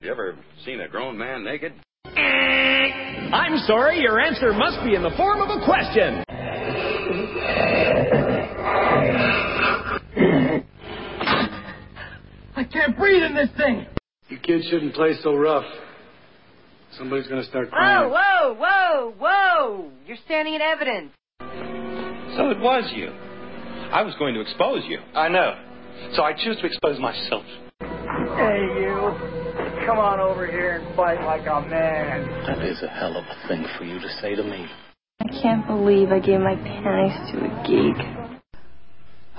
You ever seen a grown man naked? I'm sorry, your answer must be in the form of a question. I can't breathe in this thing. You kids shouldn't play so rough. Somebody's gonna start Whoa, crying. whoa, whoa, whoa! You're standing in evidence. So it was you. I was going to expose you. I know. So I choose to expose myself. Hey, you. Come on over here and fight like a man. That is a hell of a thing for you to say to me. I can't believe I gave my panties to a geek.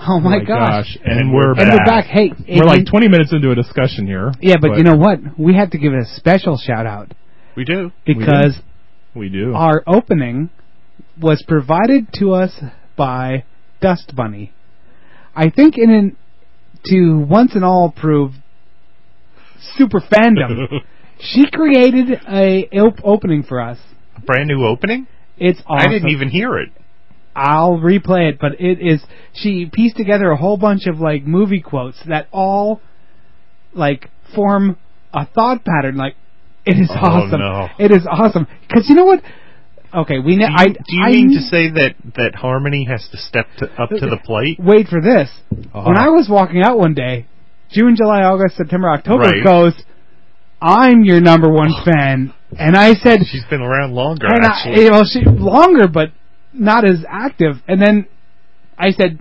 Oh my, gosh. And, we're And we're back. Hey, we're it- like 20 minutes into a discussion here. Yeah, but, you know what? We have to give it a special shout out we do because we do. our opening was provided to us by Dust Bunny. I think in an to once and all prove super fandom, she created a op- opening for us. A brand new opening. It's awesome. I didn't even hear it. I'll replay it, but it is she pieced together a whole bunch of like movie quotes that all like form a thought pattern. Like it is Oh, awesome. no. It is awesome because you know what? Okay, we know. Do you, I do you I mean to kn- say that that Harmony has to step to, up to the plate? Wait for this. Uh-huh. When I was walking out one day, June, July, August, September, October Right. goes. I'm your number one fan, and I said, She's been around longer. and I, actually. you know, she longer, but not as active. And then I said,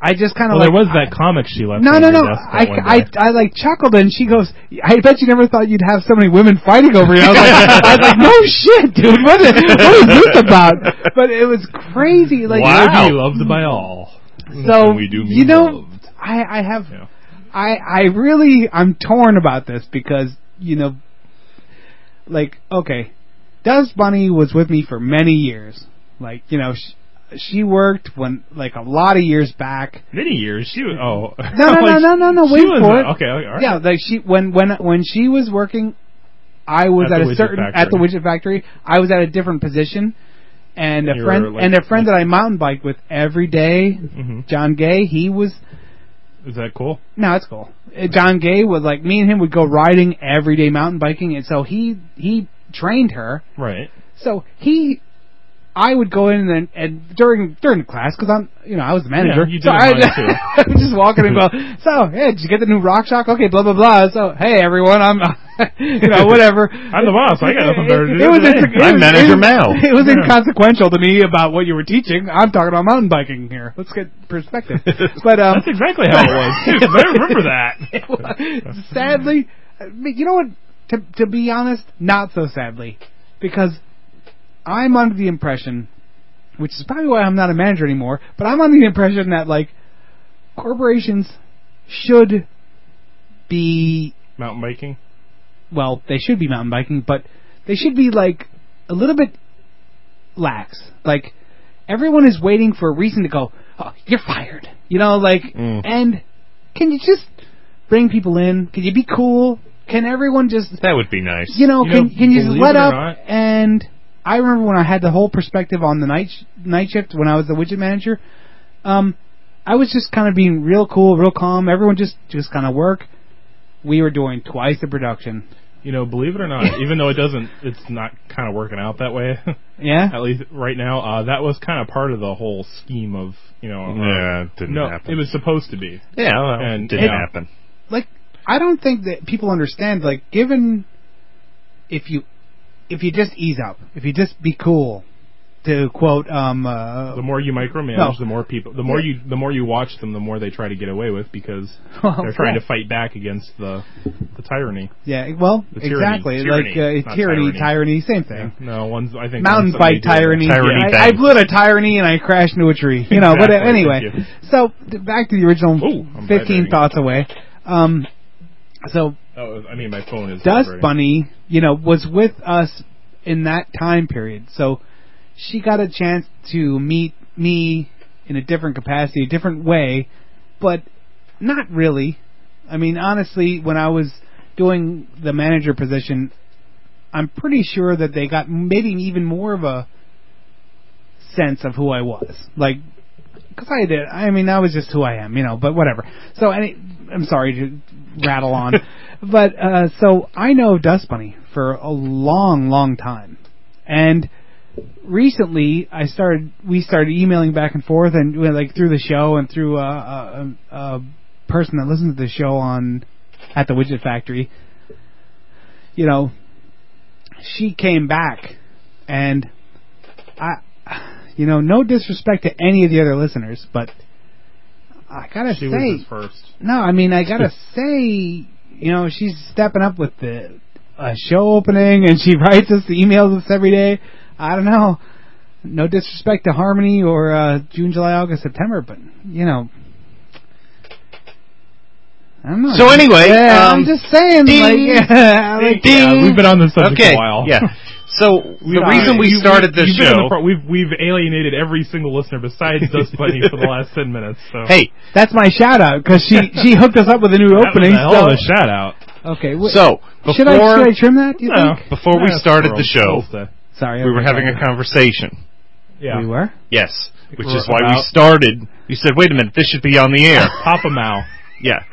I just kind of well, like there was that comic she left. No, on no, your no. desk that I, one I, day. I, like chuckled, and she goes, "I bet you never thought you'd have so many women fighting over you." I was like, I was like "No shit, dude. What is, what is this about?" But it was crazy. Like, Wow. To be loved by all. so we do mean you know, loved. I, I have, Yeah. I, I really, I'm torn about this because you know, like, okay, Dust Bunny was with me for many years. Like, you know, she, she worked when, like, a lot of years back. Many years. She was, oh No, no, no, no, no, no. She Wait was for a- it. Okay, okay, all right. Yeah, like she when when when she was working, I was At at, the a widget certain at the factory. widget factory. I was at a different position, and a You were, friend like- and a friend that I mountain bike with every day, Mhm. John Gay. He was Is that cool? no, it's cool. Uh, John Gay was like me and him would go riding every day mountain biking, and so he he trained her. Right. So he. I would go in and, and during during class because I'm you know I was the manager. you did so I, it mine, I'm too. just walking and go. So yeah, did you get the new Rock Shock? Okay, blah blah blah. So hey everyone, I'm you know whatever. I'm the boss. I got nothing better to It do was, today. inc- it I'm was- it manager was- Mao. It was Yeah. inconsequential to me about what you were teaching. I'm talking about mountain biking here. Let's get perspective. But um, That's exactly how it was. too, 'cause I remember that. sadly, uh, but you know what? To to be honest, not so sadly, because I'm under the impression, which is probably why I'm not a manager anymore. But I'm under the impression that like corporations should be Mountain biking. well, they should be mountain biking, but they should be like a little bit lax. Like everyone is waiting for a reason to go. Oh, you're fired. You know, like Mm. and can you just bring people in? Can you be cool? Can everyone just That would be nice. you know, can can you just believe let it or up? not- And I remember when I had the whole perspective on the night sh- night shift when I was the widget manager. Um, I was just kind of being real cool, real calm. Everyone just just kind of work. We were doing twice the production. You know, believe it or not, even though it doesn't, it's not kind of working out that way. Yeah. At least right now, uh, that was kind of part of the whole scheme of you know. uh, Yeah, it didn't no, happen. it was supposed to be. Yeah, well, And- didn't yeah. happen. like I don't think that people understand like given if you if you just ease up, if you just be cool to quote um uh The more you micromanage, No. the more people, the more you, the more you watch them, the more they try to get away with because Well, they're trying yeah. to fight back against the the tyranny. yeah, well, The tyranny. exactly. Tyranny, like uh, tyranny, not tyranny. tyranny, same thing. No, one's I think Mountain one's somebody bike did that. tyranny. Tyranny I- thing. I, blew a tyranny and I crashed into a tree. You know, Exactly, but uh, anyway. thank you. So th- back to the original Ooh, 15 I'm vibrating. thoughts away. Um so Oh, I mean, my phone is Dust vibrating. Bunny, you know, was with us in that time period. So she got a chance to meet me in a different capacity, a different way, but not really. I mean, honestly, when I was doing the manager position, I'm pretty sure that they got maybe even more of a sense of who I was. Like, because I did. I mean, that was just who I am, you know. But whatever. So any, I'm sorry to rattle on, but uh, so I know Dust Bunny for a long, long time, and recently I started. We started emailing back and forth, and we, like through the show and through uh, a, a, a person that listens to the show on at the Widget Factory. You know, she came back, and I, you know, no disrespect to any of the other listeners, but I gotta She say, was his first. no, I mean I gotta say, you know, she's stepping up with the uh, show opening, and she writes us, emails us every day. I don't know. No disrespect to Harmony or uh, June, July, August, September, but you know, I don't know. So anyway, yeah, um, I'm just saying, ding, like, like- Yeah, we've been on this subject okay. a while. Yeah. So the reason we You- started you- this you've been on show. the pro- we've we've alienated every single listener besides Dust Bunny for the last ten minutes. So hey, That's my shout out because she she hooked us up with a new that opening. was a hell of a so- shout out. okay, wait, so before should I should I trim that? Do you No. think? before we That's started the gross. show, Gross. Sorry, we were okay, having sorry. a conversation. Yeah. We were. Yes, which We're is why we about- started. We said, "Wait a minute, this should be on the air." Papa Mao. yeah.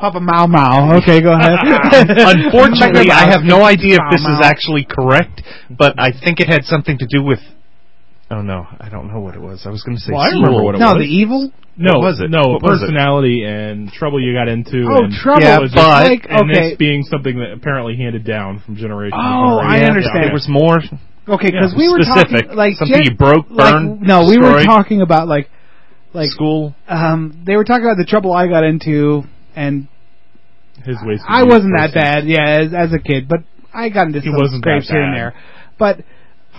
Papa Mau Mau. Okay, go ahead. Unfortunately, I have no idea if this is Mau. actually correct, but I think it had something to do with. Oh no, I don't know what it was. I was going to say. Well, I remember school. what it no, was. the evil. No, What was it? e no What was it? personality and trouble you got into. Oh, and trouble. Yeah, is just but- like, And okay, this being something that apparently handed down from generation. to Oh, generation. I Yeah, understand. There was more. okay, because yeah, we were specific. talking like Something just- you broke, like, burned, no, we were destroyed. talking about like, like school. um, they were talking about the trouble I got into, and His waist. I wasn't that bad. Yeah, as, as a kid, but I got into He some wasn't that scrapes here and bad. there. But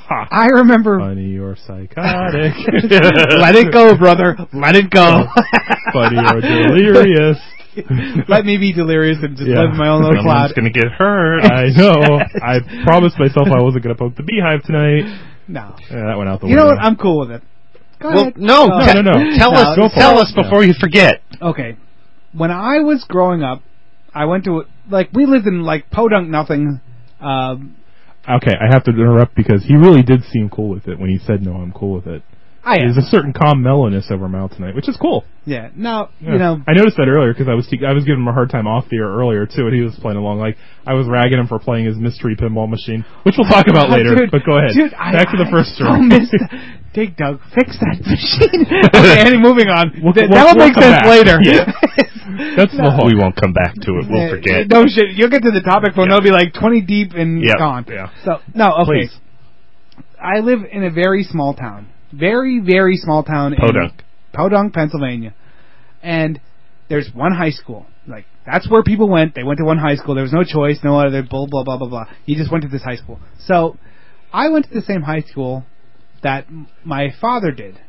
Ha. I remember. Funny, you're psychotic. Oh, Let it go, brother. Let it go. Funny, you're delirious. Let me be delirious and just Yeah. live in my own little cloud. Someone's going to get hurt. I know. I promised myself I wasn't going to poke the beehive tonight. No. Yeah, that went out the You know window. what? I'm cool with it. Go Well, ahead. no, Go No, ahead. no, no. Tell No, go us. for Tell it. us before you forget. Okay. When I was growing up, I went to like we lived in like podunk nothing. Um, okay, I have to interrupt because he really did seem cool with it when he said, "No, I'm cool with it." I There's a certain calm mellowness over Mal tonight, which is cool. yeah. Now Yeah. you know I noticed that earlier because I was te- I was giving him a hard time off the air earlier too, and he was playing along. Like I was ragging him for playing his mystery pinball machine, which we'll talk about Ah, later. dude, but go ahead, Dude, I- back to the I first so story. missed that. Dig Doug, fix that machine. okay, anyway, moving on. We'll- Th- we'll- that'll we'll make come sense back. later. That's the whole. We won't come back to it. We'll Uh, forget. No shit. You'll get to the topic when Yeah. it'll be like twenty deep and Yeah, gone. yeah. So no, okay. Please. I live in a very small town, very very small town Podunk. in Podunk, Pennsylvania, and there's one high school. Like that's where people went. They went to one high school. There was no choice, no other. Blah blah blah blah blah. You just went to this high school. So I went to the same high school that m- my father did.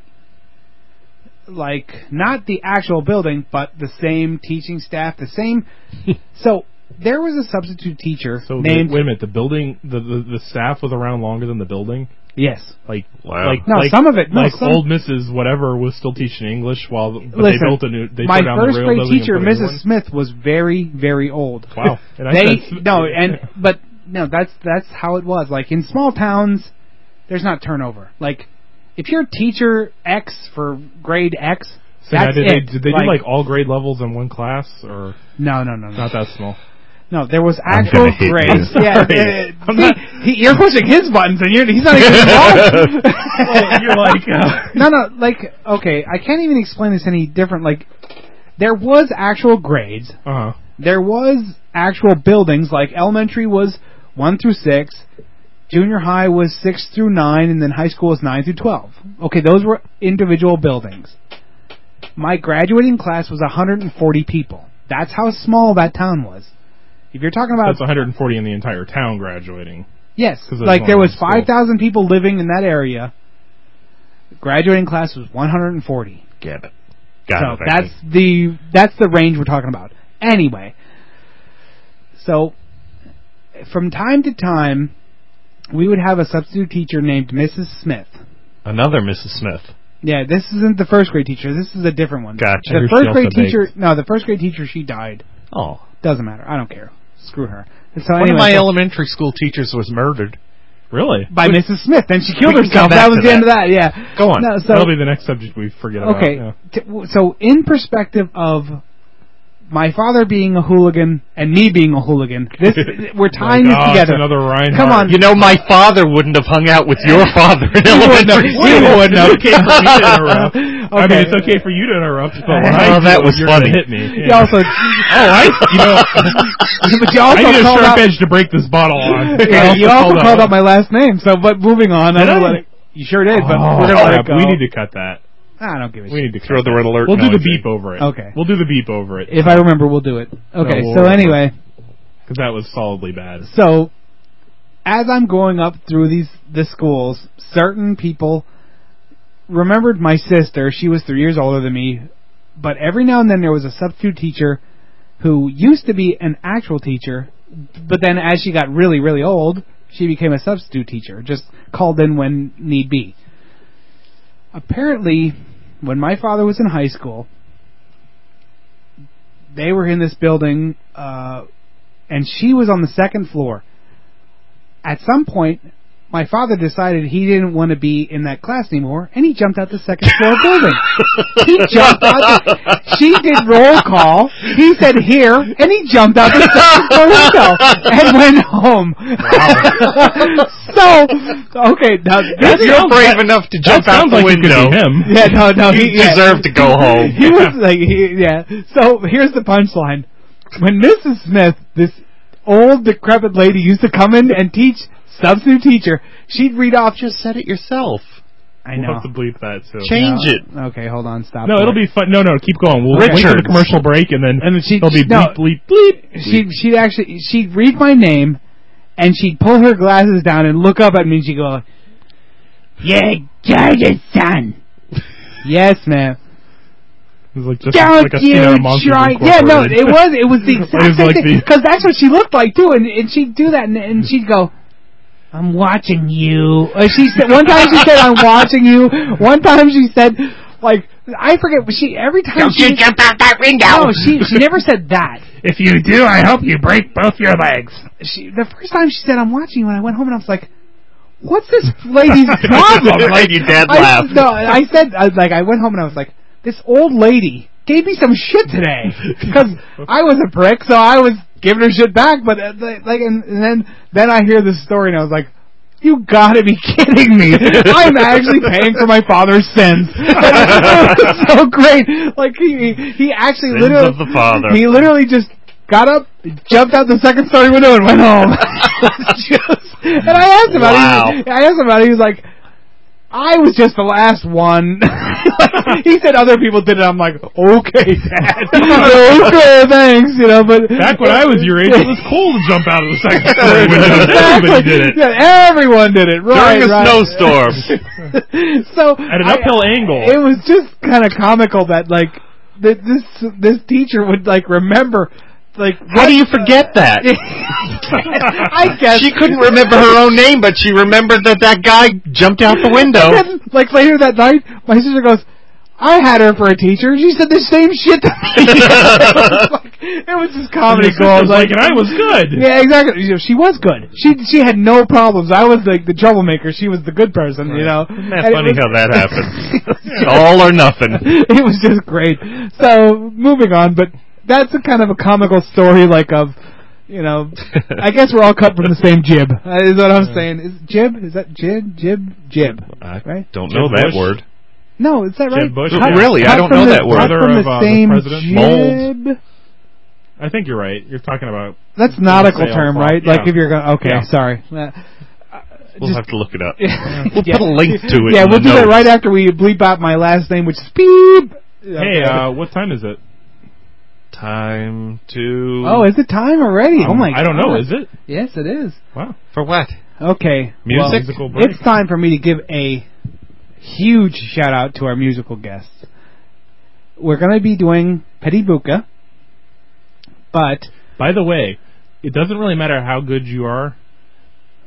Like not the actual building, but the same teaching staff, the same. so there was a substitute teacher So named the, wait a minute, the building, the, the the staff was around longer than the building. yes. Like Wow. like No, like, some of it- no, like some- old Mrs. Whatever was still teaching English while but they Listen, built a new. They my tore down first the rail grade building and teacher, put a new Mrs. Smith, was very very old. one. Wow, and I they said, no, and but no, that's that's how it was. Like in small towns, there's not turnover. Like if you're teacher X for grade X, So now that's did it. they, did they do like all grade levels in one class or no, no, no, no, not that small? no. There was I'm actual gonna hit grades. you. Yeah, Sorry. yeah, I'm see, not- he, you're pushing his buttons, and you're, he's not even involved. well, you're like uh, no, no, like okay, I can't even explain this any different. Like there was actual grades. uh there was actual buildings like elementary was one through six junior high was six through nine and then high school was nine through twelve okay those were individual buildings my graduating class was 140 people that's how small that town was if you're talking about that's 140 in the entire town graduating. yes 'cause there's like there only was one school. 5000 people living in that area graduating class was 140 Get it. Got so it. I that's think. the that's the range we're talking about. Anyway, so from time to time, we would have a substitute teacher named Mrs. Smith. another Mrs. Smith. Yeah, this isn't the first grade teacher. This is a different one. Gotcha. The You're first still grade so big. teacher. No, the first grade teacher. She died. Oh. Doesn't matter. I don't care. Screw her. So One anyway, of my so- elementary school teachers was murdered. Really? by Which- Mrs. Smith. Then she killed We can herself. come back That was to the end of that. that. Yeah. Go on. No, so That'll be the next subject we forget about. okay. Uh, yeah. t- w- so in perspective of my father being a hooligan and me being a hooligan, this Oh we're My tying this God, together. another Reinhardt. Come on. You know, my father wouldn't have hung out with your father in elementary wouldn't have. He school. wouldn't have. okay for me to interrupt. I mean, Okay. it's okay for you to interrupt, but when Oh, I do that it, was you're funny. gonna hit me. You Yeah. also, Oh, I, you know, but you I also need a called sharp out. edge to break this bottle on. I Yeah, you also out- called out my last name. So, but moving on, I Did don't I? let it. You sure did, but Oh, we're gonna let it crap, go. we need to cut that. I don't give a We shit. need to throw cut the red alert. We'll do the noise in. beep over it. Okay. We'll do the beep over it. If I remember, we'll do it. Okay. so we'll- anyway, Because that was solidly bad. so as I'm going up through these the schools, certain people remembered my sister. She was three years older than me, but every now and then there was a substitute teacher who used to be an actual teacher, but then as she got really, really old, she became a substitute teacher, just called in when need be. Apparently, when my father was in high school, they were in this building, uh, and she was on the second floor. At some point, my father decided he didn't want to be in that class anymore, and he jumped out the second floor building. He jumped out. The, she did roll call. He said here, and he jumped out the second floor window and went home. so okay, now If this you're sounds brave like- enough to That jump out sounds the like it could window, be him. Yeah, no, no, you he yeah. deserve to go Oh. home. He was like, he, yeah. So here's the punchline: when Mrs. Smith, this old decrepit lady, used to come in and teach substitute teacher, she'd read off just. Just said it yourself. I We'll know. have to bleep that too. Change No. it. Okay, hold on, stop. No, that. it'll be fun. No, no, keep going. We'll wait for the Richards. commercial break and then And then she- it'll be she- no. bleep, bleep, bleep. She she'd actually she'd read my name, and she'd pull her glasses down and look up at me and she'd go, "Yeah, George's son." yes, ma'am. It was like just Don't like a you scene out of Monsters try? Incorporated. Yeah, no, it was it was the exact was same like thing the- because that's what she looked like too, and and she'd do that, and, and she'd go. I'm watching you. Uh, she said one time she said I'm watching you. One time she said like I forget but she every time she jump out that window. no she she never said that. If you do, I hope you break both your legs. She the first time she said I'm watching you, and I went home and I was like, what's this lady's problem? Made your dad laugh. I, no, I said I, like I went home and I was like, this old lady gave me some shit today because I was a prick, so I was giving her shit back. But uh, like, like, and, and then then I hear this story and I was like. You gotta be kidding me! I'm actually paying for my father's sins. It's so great. Like he, he actually Sins literally, of the father. he literally just got up, jumped out the second story window, and went home. Just- and I asked him about it. He- I asked him about it. He was like, I was just the last one. he said other people did it. I'm like, okay, Dad. okay, thanks. You know, but Back when I was your age, it was cool to jump out of the second story window. Everybody exactly. did it Yeah, everyone did it. Right, During a right. snowstorm. so at an I- uphill angle. it was just kind of comical that like that this this teacher would like remember like How what- do you forget that? I guess She couldn't remember her own name, but she remembered that that guy jumped out the window. Then, like later that night, my sister goes, "I had her for a teacher. She said the same shit to me." it, was like, it was just And comedy your sister's gold. like, and I was good. Yeah, exactly. You know, She was good. She she had no problems. I was like the troublemaker. She was the good person, you know. Isn't that And it funny was- how that happens? It's all or nothing. it was just great. So moving on, but that's a kind of a comical story, like of you know, I guess we're all cut from the same jib. uh, Is what I'm saying. Is jib? Is that jib? Jib? Jib? I Right? don't know Jeb that Bush. word. No, is that right? Bush, Cut- yeah. Really? I cut don't from know the- that word. cut Brother from of, the uh, the same president. jib. I think you're right. You're talking about. That's nautical Sail term, from- right? Like yeah. if you're going. Okay, Yeah. sorry. Uh, We'll Just- have to look it up. we'll put a link to it Yeah, in we'll the do notes. that right after we bleep out my last name, which is beep. Hey, uh, what time is it? Time to. oh, is it time already? oh my! um, I don't know. God. Is it? Yes, it is. Wow. for what? Okay. Music? Musical Well, break. it's time for me to give a huge shout out to our musical guests. We're going to be doing Petty Buka, but By the way, it doesn't really matter how good you are.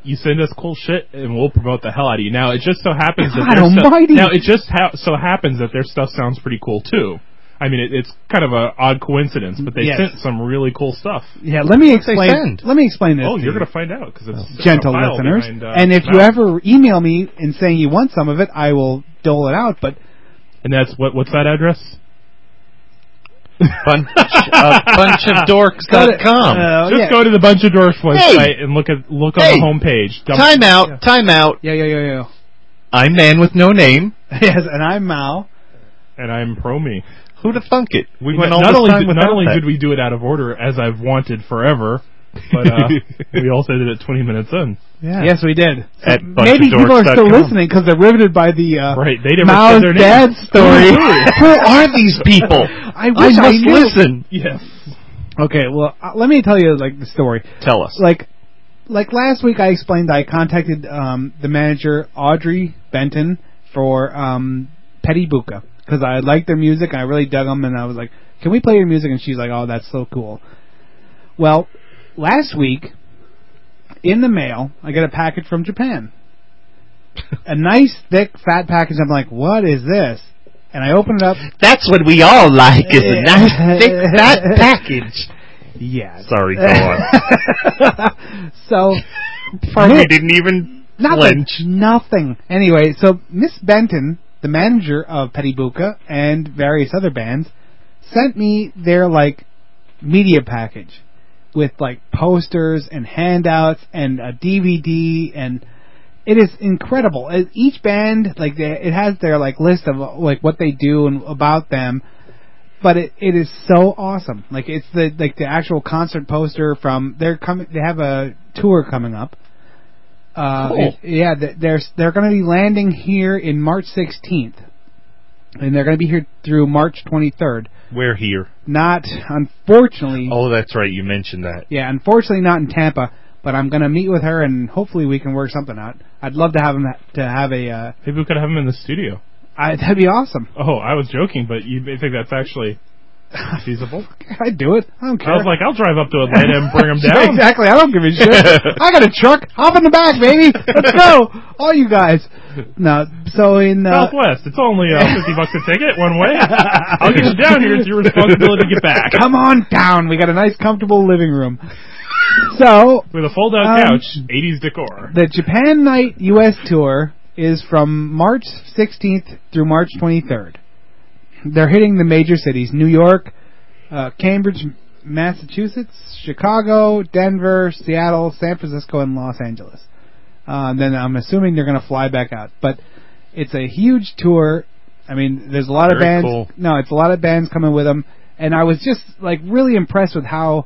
You send us cool shit, and we'll promote the hell out of you. Now it just so happens that God their stuff. almighty. Now it just ha- so happens that their stuff sounds pretty cool too. I mean, it, it's kind of an odd coincidence, but they Yes. sent some really cool stuff. Yeah, let me What'd they explain. send? Let me explain this. Oh, to you're you. going to find out because it's it's gentle a file listeners. behind, uh, and if you Mount. ever email me and saying you want some of it, I will dole it out. But and that's what what's that address? Bunch, uh, Go to- bunchofdorks.com. uh, Just yeah. go to the Bunch of Dwarfs Hey! website and look at look on Hey! the homepage. Dump- time out, time out. yeah, yeah, yeah, yeah. I'm man with no name. Yes, and I'm Mao. and I'm pro me. Who to thunk it? We went not all this only time did, without not only that. did we do it out of order as I've wanted forever, but uh, we also did it 20 minutes in. yeah. Yes, we did. At Maybe people are still bunchofdorks.com. listening because they're riveted by the uh, Right, they never Mao's said their dad names. story. Who are these people? I wish I must knew. listen. Yes. Okay, well, uh, let me tell you like the story. Tell us. Like, like last week, I explained I contacted um, the manager Audrey Benton for um, Petty Buka because I liked their music and I really dug them, and I was like, "Can we play your music?" And she's like, "Oh, that's so cool." Well, last week in the mail, I got a package from Japan. a nice, thick, fat package. I'm like, "What is this?" And I open it up. That's what we all like is a nice, thick, fat package. Yeah. Sorry, go on. so Probably Nick- didn't even Nothing. flinch. Nothing. Anyway, so Miss Benton, the manager of Petty Buka and various other bands, sent me their like media package with like posters and handouts and a DVD and it is incredible. It- Each band like they, it has their like list of like what they do and about them. But it, it is so awesome. Like it's the like the actual concert poster from they're coming. They have a tour coming up, uh, Cool. it- yeah, th- they're they're going to be landing here in March 16th, and they're going to be here through March 23rd. We're here. Not unfortunately, Oh, that's right. You mentioned that. yeah, unfortunately not in Tampa. But I'm going to meet with her, and hopefully we can work something out. I'd love to have him to have a. Uh, Maybe we could have him in the studio. I, that'd be awesome. Oh, I was joking, but you may think that's actually feasible. I'd do it. I don't care. Oh, I was like, I'll drive up to Atlanta and bring him down. exactly. I don't give a shit. I got a truck. Hop in the back, baby. Let's go, all you guys. No, so in uh, Southwest. It's only uh, 50 bucks a ticket one way. I'll get you down here. It's your responsibility to get back. Come on down. We got a nice, comfortable living room. So With a fold out Um, couch, 80s decor. the Japan Night U.S. tour is from March 16th through March 23rd. They're hitting the major cities: New York, uh, Cambridge, Massachusetts, Chicago, Denver, Seattle, San Francisco, and Los Angeles. Uh, then I'm assuming they're going to fly back out, but it's a huge tour. I mean, there's a lot of Very bands. cool. No, it's a lot of bands coming with them, and I was just like really impressed with how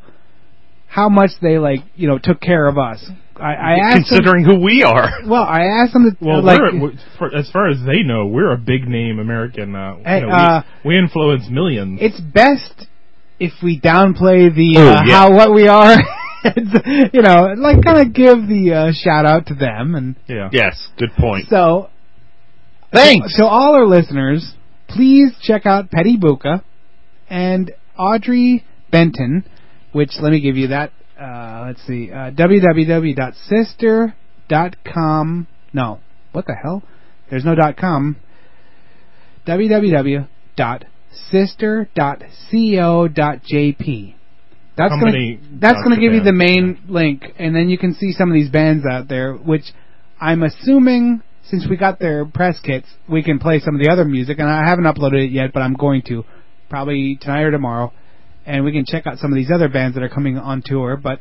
how much they like you know took care of us. I, I asked them, Considering who we are. well, I asked them to Well, like we're, we for, as far as they know, we're a big name American. Uh, Hey, you know, uh, we, we influence millions. it's best if we downplay the Oh, uh, yeah. how what we are. It's, you know, like kind of give the uh, shout out to them, and yeah. Yes, good point. so Thanks. to all our listeners, please check out Petty Buka and Audrey Benton, which let me give you that. Uh, let's see, uh, www.sister.com. No, what the hell? There's no dot com. www.sister.co.jp. That's Company gonna that's dot gonna give you Japan, the main link, and then you can see some of these bands out there, which I'm assuming since we got their press kits, we can play some of the other music, and I haven't uploaded it yet, but I'm going to probably tonight or tomorrow, and we can check out some of these other bands that are coming on tour. But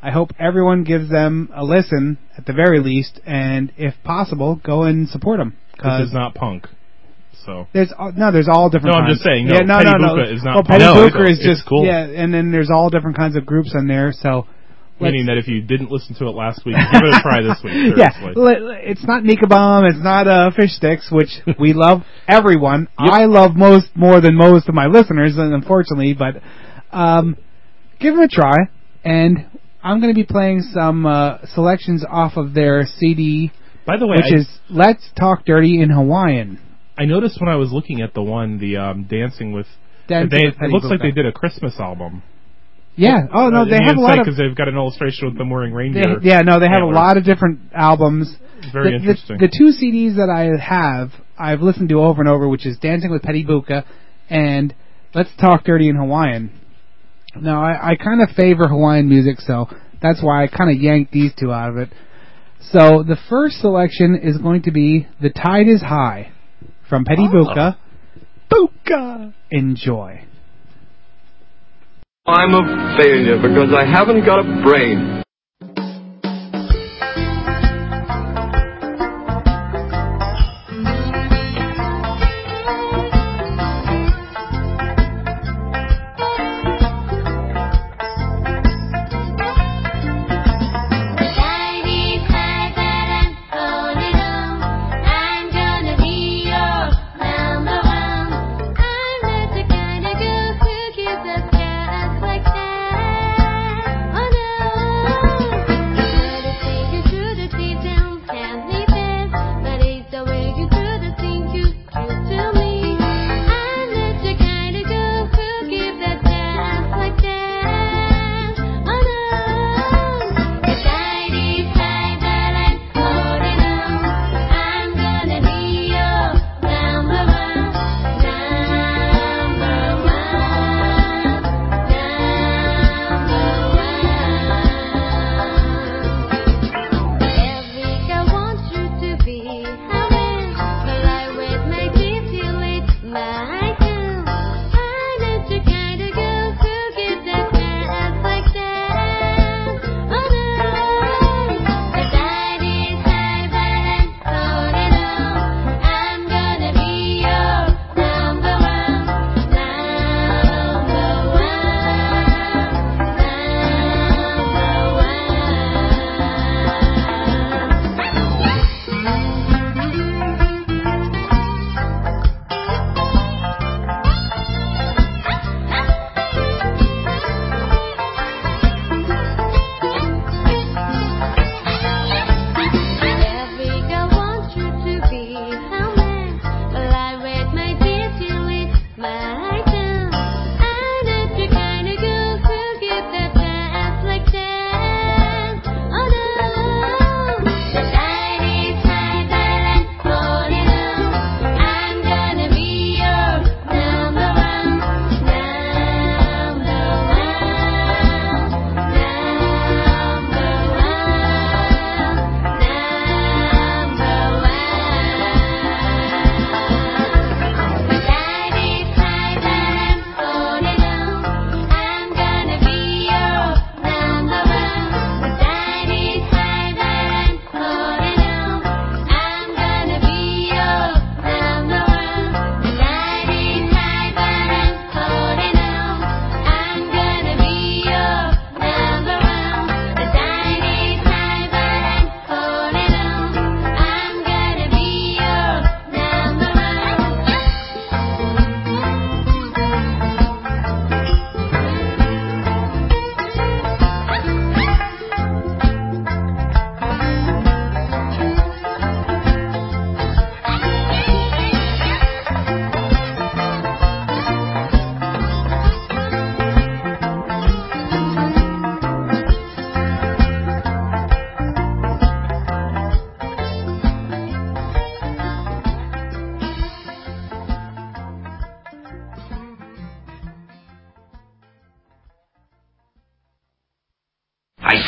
I hope everyone gives them a listen at the very least, and if possible, go and support them This because is not punk. So there's all, no, there's all different. No, I'm kinds. just saying, no, Yeah, no, Petty no, no. Buka is not well, Petty No, Booker it's- is it's just cool. Yeah, and then there's all different kinds of groups on there. So, let's- meaning that if you didn't listen to it last week, give it a try this week. Seriously. yeah, le- le- it's not Nika Bomb, it's not uh, Fish Sticks, which we love everyone. I love most more than most of my listeners, and unfortunately, but um, give them a try. And I'm going to be playing some uh, selections off of their CD, By the way, which I, is "Let's Talk Dirty in Hawaiian." I noticed when I was looking at the one, the um, Dancing with. Dancing they, with Petty it looks like Buka. they did Uh, a Christmas album. Yeah. Oh no, they have a lot of because they've got an illustration with them wearing They, reindeer. yeah, no, they have a antlers. lot of different albums. It's very the, the- interesting. The, two CDs that I have, I've listened to over and over, which is Dancing with Petty Buka and let's talk dirty in Hawaiian. Now, I, I kind of favor Hawaiian music, so that's why I kind of yanked these two out of it. So the first selection is going to be "The Tide Is High" from Petty Oh. Buka. Buka, enjoy. I'm a failure because I haven't got a brain.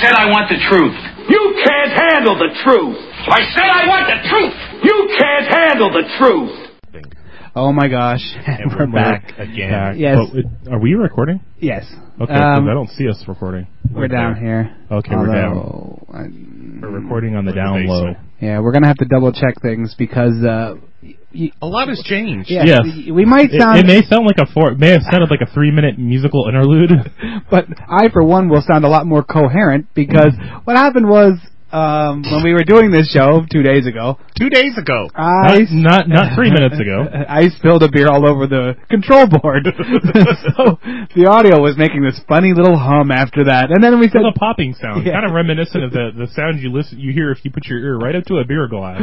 said I want the truth. You can't handle the truth. I said I want the truth. You can't handle the truth. Oh my gosh, And we're, we're back again. Back. Yes, But it- are we recording? Yes. Okay, Um, 'cause I don't see us recording. we're down here. Okay, we're down. we're recording on the down low. yeah, we're gonna have to double check things because uh, A lot has changed. Yeah, Yes. we- we might It- sound- It, may sound like a four. It may have sounded like a three-minute musical interlude. but I, for one, will sound a lot more coherent because Mm. what happened was um, when we were doing this show two days ago. Two days ago. I not not three minutes ago. I spilled a beer all over the control board, so the audio was making this funny little hum after that. And then we said It's a popping sound, Yeah. kind of reminiscent of the the sound you listen you hear if you put your ear right up to a beer glass.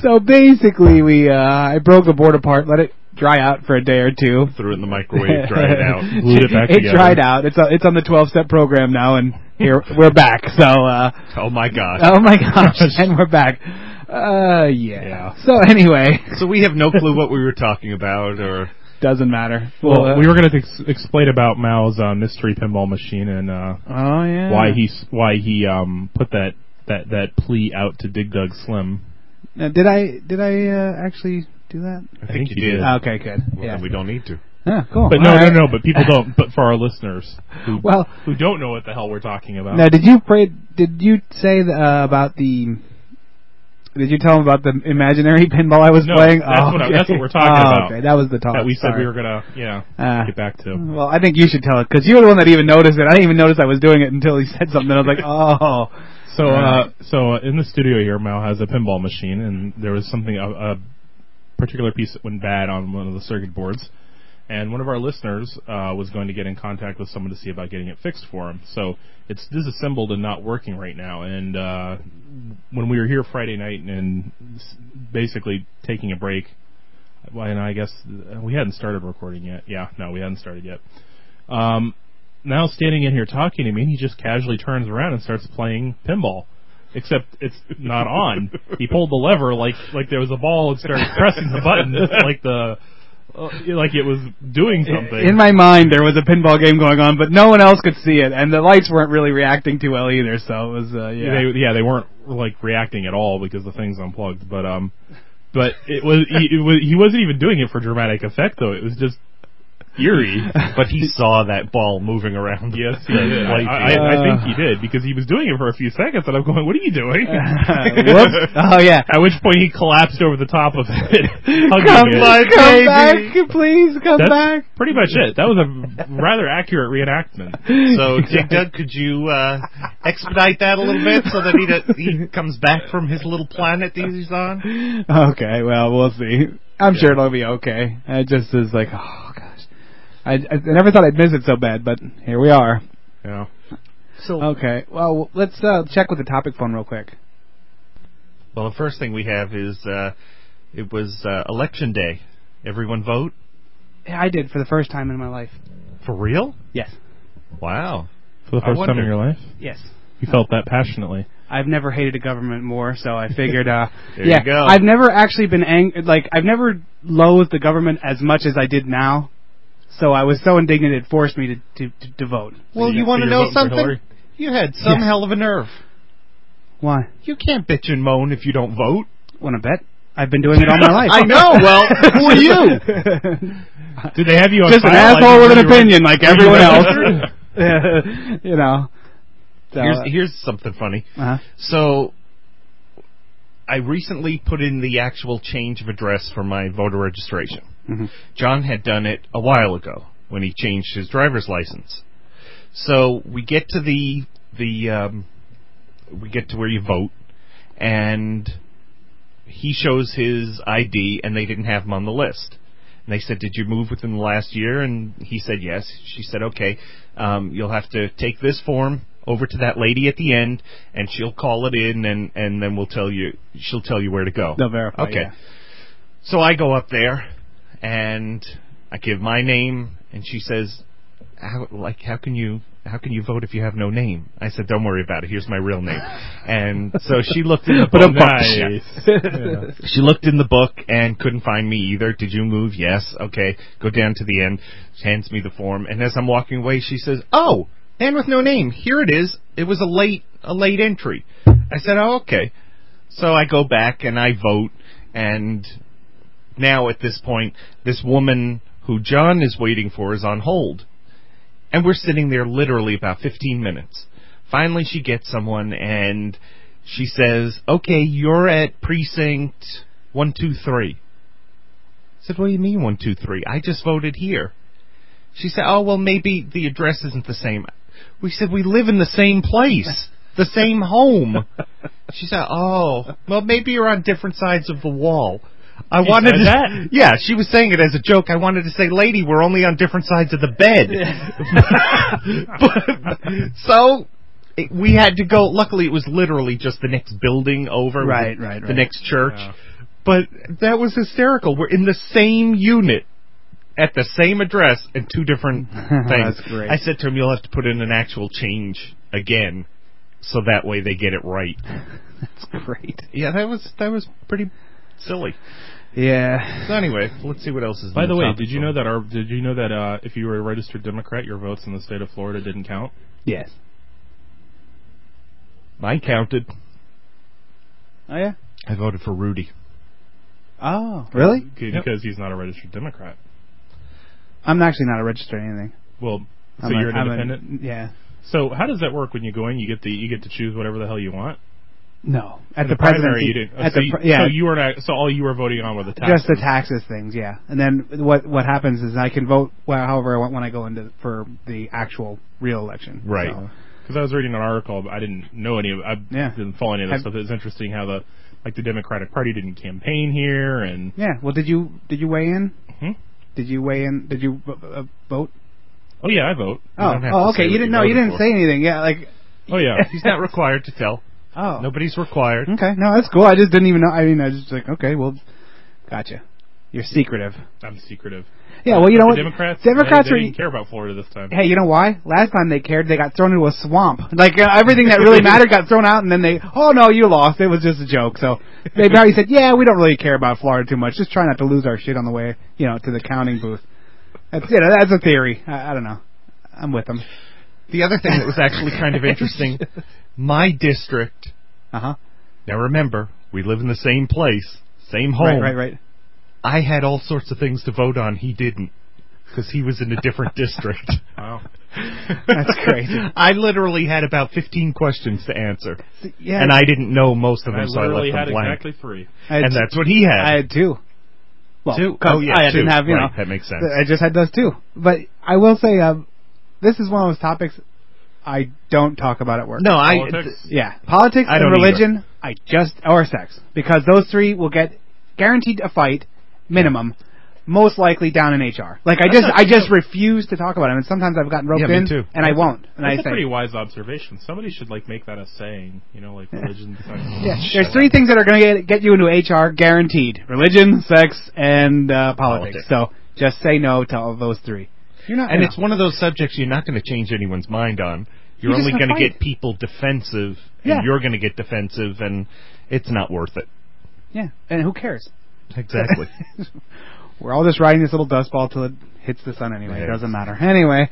so basically we uh, I broke the board apart, let it dry out for a day or two. Threw it in the microwave, dried it out, glued it back together. dried out. It's uh it's on the twelve step program now, and here we're back. So uh, Oh my gosh. oh my gosh, and we're back. Uh yeah. So anyway, So we have no clue what we were talking about or Doesn't matter. Well, Well, uh, we were going to ex- explain about Mao's uh, mystery pinball machine and uh, Oh, yeah. why he s- why he um, put that, that that plea out to Dig Dug Slim. Now, Uh, did I did I uh, actually do that? think you did. Okay, good. Well, yeah. then we don't need to. Yeah, cool. But no, All right. no, no. But people don't. But for our listeners, who, Well- who don't Um, know what the hell we're talking about. Now, did you pray? Did you say uh, about the? Did you tell him about the imaginary pinball I was No, playing? That's, Oh, what I, okay. that's what we're talking Oh, about. Okay, that was the talk. that we said Sorry. we were gonna yeah Uh, get back to. Well, I think you should tell it because you were the one that even noticed it. I didn't even notice I was doing it until he said something. I was like, oh. So, Right. uh, so uh, in the studio here, Mao has a pinball machine, and there was something a, a particular piece that went bad on one of the circuit boards, and one of our listeners uh, was going to get in contact with someone to see about getting it fixed for him. So it's disassembled and not working right now. And uh, when we were here Friday night and s- basically taking a break, well, and I guess uh, we hadn't started recording yet. Yeah, no, we hadn't started yet. Um, now standing in here talking to me, he just casually turns around and starts playing pinball. Except it's not on. he pulled the lever like like there was a ball and started pressing the button like the uh, like it was doing something. In my mind, there was a pinball game going on, but no one else could see it, and the lights weren't really reacting too well either. So it was, uh, yeah. They, yeah, they weren't like reacting at all because the thing's unplugged. But um, but it was he, it was he wasn't even doing it for dramatic effect though. It was just eerie. but he saw that ball moving around. uh, Yes, he did. I, I, I think he did because he was doing it for a few seconds, and I'm going, "What are you doing?" Uh, Whoops. Oh, yeah. At which point he collapsed over the top of it. hugging Come, it. back, come back, please come That's back. pretty much it. That was a rather accurate reenactment. So, Dig Dug, could you uh, expedite that a little bit so that he, do- he comes back from his little planet that he's on? Okay, well, we'll see. I'm sure it'll be okay. It just is like, oh gosh, I, I never thought I'd miss it so bad, but here we are. Yeah. So okay, well, let's uh, check with the topic phone real quick. Well, the first thing we have is uh, it was uh, election day. Everyone vote Yeah, I did for the first time in my life. for real? Yes. Wow. For the I first time wonder- in your life, Yes. you felt that passionately. I've never hated a government more, so I figured, uh, There yeah, you go. I've never actually been ang- like I've never loathed the government as much as I did now. So I was so indignant it forced me to to, to, to vote. Well, you want to know something? You had some Yes. hell of a nerve. Why? You can't bitch and moan if you don't vote. Want to bet? I've been doing it all my life. I know. Well, who are you? Did they have you on Just an file? asshole Like, with an were you- opinion, like were you everyone else. registered? you know. So, here's here's something funny. uh-huh. So, I recently put in the actual change of address for my voter registration. Mhm. John had done it a while ago when he changed his driver's license. So we get to the the um, we get to where you vote, and he shows his ID, and they didn't have him on the list. And they said, "Did you move within the last year?" And he said, "Yes." She said, "Okay, um, you'll have to take this form over to that lady at the end, and she'll call it in, and and then we'll tell you. She'll tell you where to go. They'll verify, Okay. yeah. So I go up there, and I give my name, and she says, "How like how can you?" How can you vote if you have no name? I said, "Don't worry about it. Here's my real name." And so she looked in the But book. I'm nice. Yeah. She looked in the book and couldn't find me either. Did you move? Yes. Okay. Go down to the end. She hands me the form, and as I'm walking away, she says, "Oh, man with no name. Here it is. It was a late a late entry." I said, "Oh, okay." So I go back and I vote, and now at this point, this woman who John is waiting for is on hold, and we're sitting there literally about 15 minutes. Finally, she gets someone and she says, "Okay, you're at precinct one, two, three. I said, "What do you mean one, two, three? I just voted here." She said, "Oh, well, maybe the address isn't the same." We said, "We live in the same place, the same home." She said, "Oh, well, maybe you're on different sides of the wall." I She wanted said to, that? yeah, she was saying it as a joke. I wanted to say, "Lady, we're only on different sides of the bed." but, so it, we had to go. Luckily, it was literally just the next building over, Right, the, right, the right. next church. But that was hysterical. We're in the same unit at the same address and two different things. That's great. I said to him, "You'll have to put in an actual change again, so that way they get it right." That's great. Yeah, that was that was pretty Silly. Yeah. So anyway, let's see what else is. By in the the way, topic did you folder. know that our did you know that uh, if you were a registered Democrat, your votes in the state of Florida didn't count? Yes. Mine counted. Oh yeah. I voted for Rudy. Oh, really? Okay, Yep. Because he's not a registered Democrat. I'm actually not a registered anything. Well, so I'm a- you're an I'm a- independent. yeah. So how does that work when you go in? You get the you get to choose whatever the hell you want. No, at In the, primary, presidency- you didn't. At so the you- pr- yeah, So you were not. So all you were voting on were the taxes. just the taxes things, yeah. And then what what happens is I can vote well, however I want when I go into for the actual real election. Right. So, Because I was reading an article, but I didn't know any of. I didn't follow any of that Have- stuff. It's interesting how the like the Democratic Party didn't campaign here, and yeah. Well, did you did you weigh in? Hmm? Did you weigh in? Did you v- uh, vote? oh yeah, I vote. Oh, oh okay. You didn't know. You didn't say anything. Yeah, like. Oh yeah. He's not required to tell. Oh. Nobody's required. Okay. No, that's cool. I just didn't even know. I mean, I was just like, okay, well, gotcha. You're secretive. I'm secretive. Yeah, well, you know The what? Democrats. Democrats they, are- they didn't care about Florida this time. Hey, you know why? Last time they cared, they got thrown into a swamp. Like uh, everything that really mattered got thrown out, and then they, oh no, you lost. It was just a joke. So they probably said, yeah, we don't really care about Florida too much. Just try not to lose our shit on the way, you know, to the counting booth. That's you know, that's a theory. I, I don't know. I'm with them. The other thing that was actually kind of interesting, my district. Uh huh. Now remember, we live in the same place, same home. Right, right, right. I had all sorts of things to vote on. He didn't because he was in a different district. Wow. That's crazy. I literally had about 15 questions to answer, yeah. and I didn't know most of I them, so I left literally them had blank. exactly three. I had and two- that's what he had. I had two. Well, Two? 'cause Oh, yeah, I didn't two. have you Right, know. that makes sense. I just had those two. But I will say, um, this is one of those topics I don't talk about at work. No, I- Politics? yeah, politics I and don't religion. I just or sex because those three will get guaranteed a fight minimum. Most likely down in HR. Like I just, I just refuse to talk about them, and sometimes I've gotten roped Yeah, me in, too. and I won't. And That's I a say, pretty wise observation. Somebody should like make that a saying. You know, like religion. sex, Yeah, shit there's like three things that are going to get, get you into HR guaranteed: religion, sex, and uh, politics. So just say no to all those three. You're not. and you it's know, one of those subjects you're not going to change anyone's mind on. You're You're just only gonna going to fight. get people defensive, Yeah. and you're going to get defensive, and it's not worth it. yeah. And who cares? Exactly. We're all just riding this little dust ball till it hits the sun anyway. Yes. It doesn't matter. Anyway,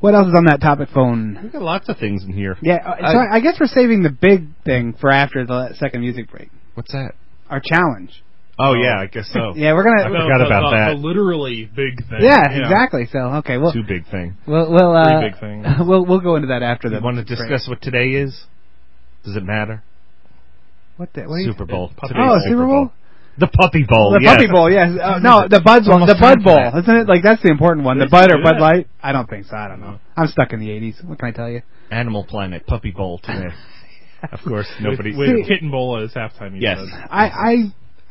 what else is on that topic phone? We've got lots of things in here. Yeah. Uh, so I, I guess we're saving the big thing for after the second music break. What's that? Our challenge. Oh, yeah, I guess so. Yeah, we're gonna. I forgot the, about the, that. The literally big thing. yeah, exactly. So okay, well, Too big thing. we'll we'll uh, Pretty big thing. we'll we'll go into that after You the want to break. discuss what today is? Does it matter? What the? What are you, Super Bowl. Puppy Today's Oh, Super Bowl? The Puppy Bowl. the yes. Puppy Bowl, yes. Uh, no, the Bud Bowl. The Bud Bowl, isn't it? Like that's the important one. The They should Bud or do Bud that. Light? I don't think so. I don't know. I'm stuck in the '80s. What can I tell you? Animal Planet Puppy Bowl today. of course, nobody. With, with See- Kitten Bola as halftime. You Yes. said. I I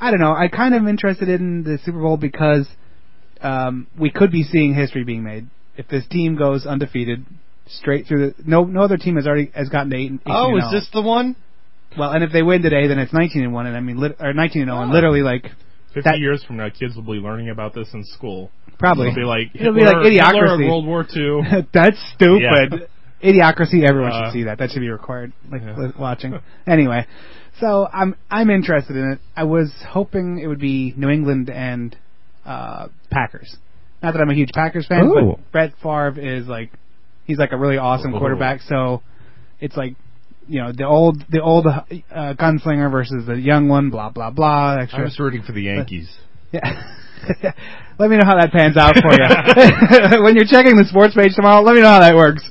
I don't know. I kind of am interested in the Super Bowl because um, we could be seeing history being made if this team goes undefeated straight through. The, no, no other team has already has gotten to eight. and- 18 oh, and is 0. this the one? well? And if they win today, then it's 19 and one, and I mean, lit, or 19 and 0, and literally like Fifty That- years from now, kids will be learning about this in school. probably It'll be like It'll be Hitler, like Hitler Idiocracy. in World War Two. That's stupid. Idiocracy. Everyone Uh, should see that. That should be required. Like li- watching. anyway, so I'm I'm interested in it. I was hoping it would be New England and uh Packers. Not that I'm a huge Packers fan, Ooh. but Brett Favre is like he's like a really awesome Ooh. quarterback. So it's like you know the old the old uh, gunslinger versus the young one. Blah blah blah. I Extra. was rooting for the Yankees. Yeah. let me know how that pans out for you. when you're checking the sports page tomorrow, let me know how that works.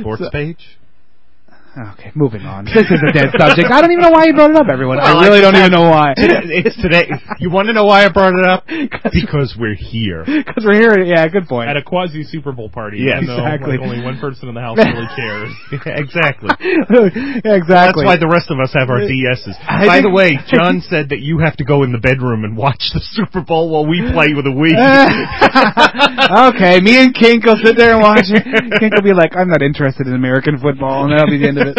Sports So- page. Okay, moving on. This is a dead subject. I don't even know why you brought it up, everyone. Well, I really I don't even know why. it's today. You want to know why I brought it up? Because we're here. Because we're here. Yeah, good point. At a quasi Super Bowl party, Yeah, even though exactly. like, only one person in the house really cares. exactly. Yeah, That's exactly. why the rest of us have our DSs. I By the think- way, John said that you have to go in the bedroom and watch the Super Bowl while we play with a Wii. okay, me and Kink will sit there and watch it. Kink will be like, I'm not interested in American football, and that'll be the end of it.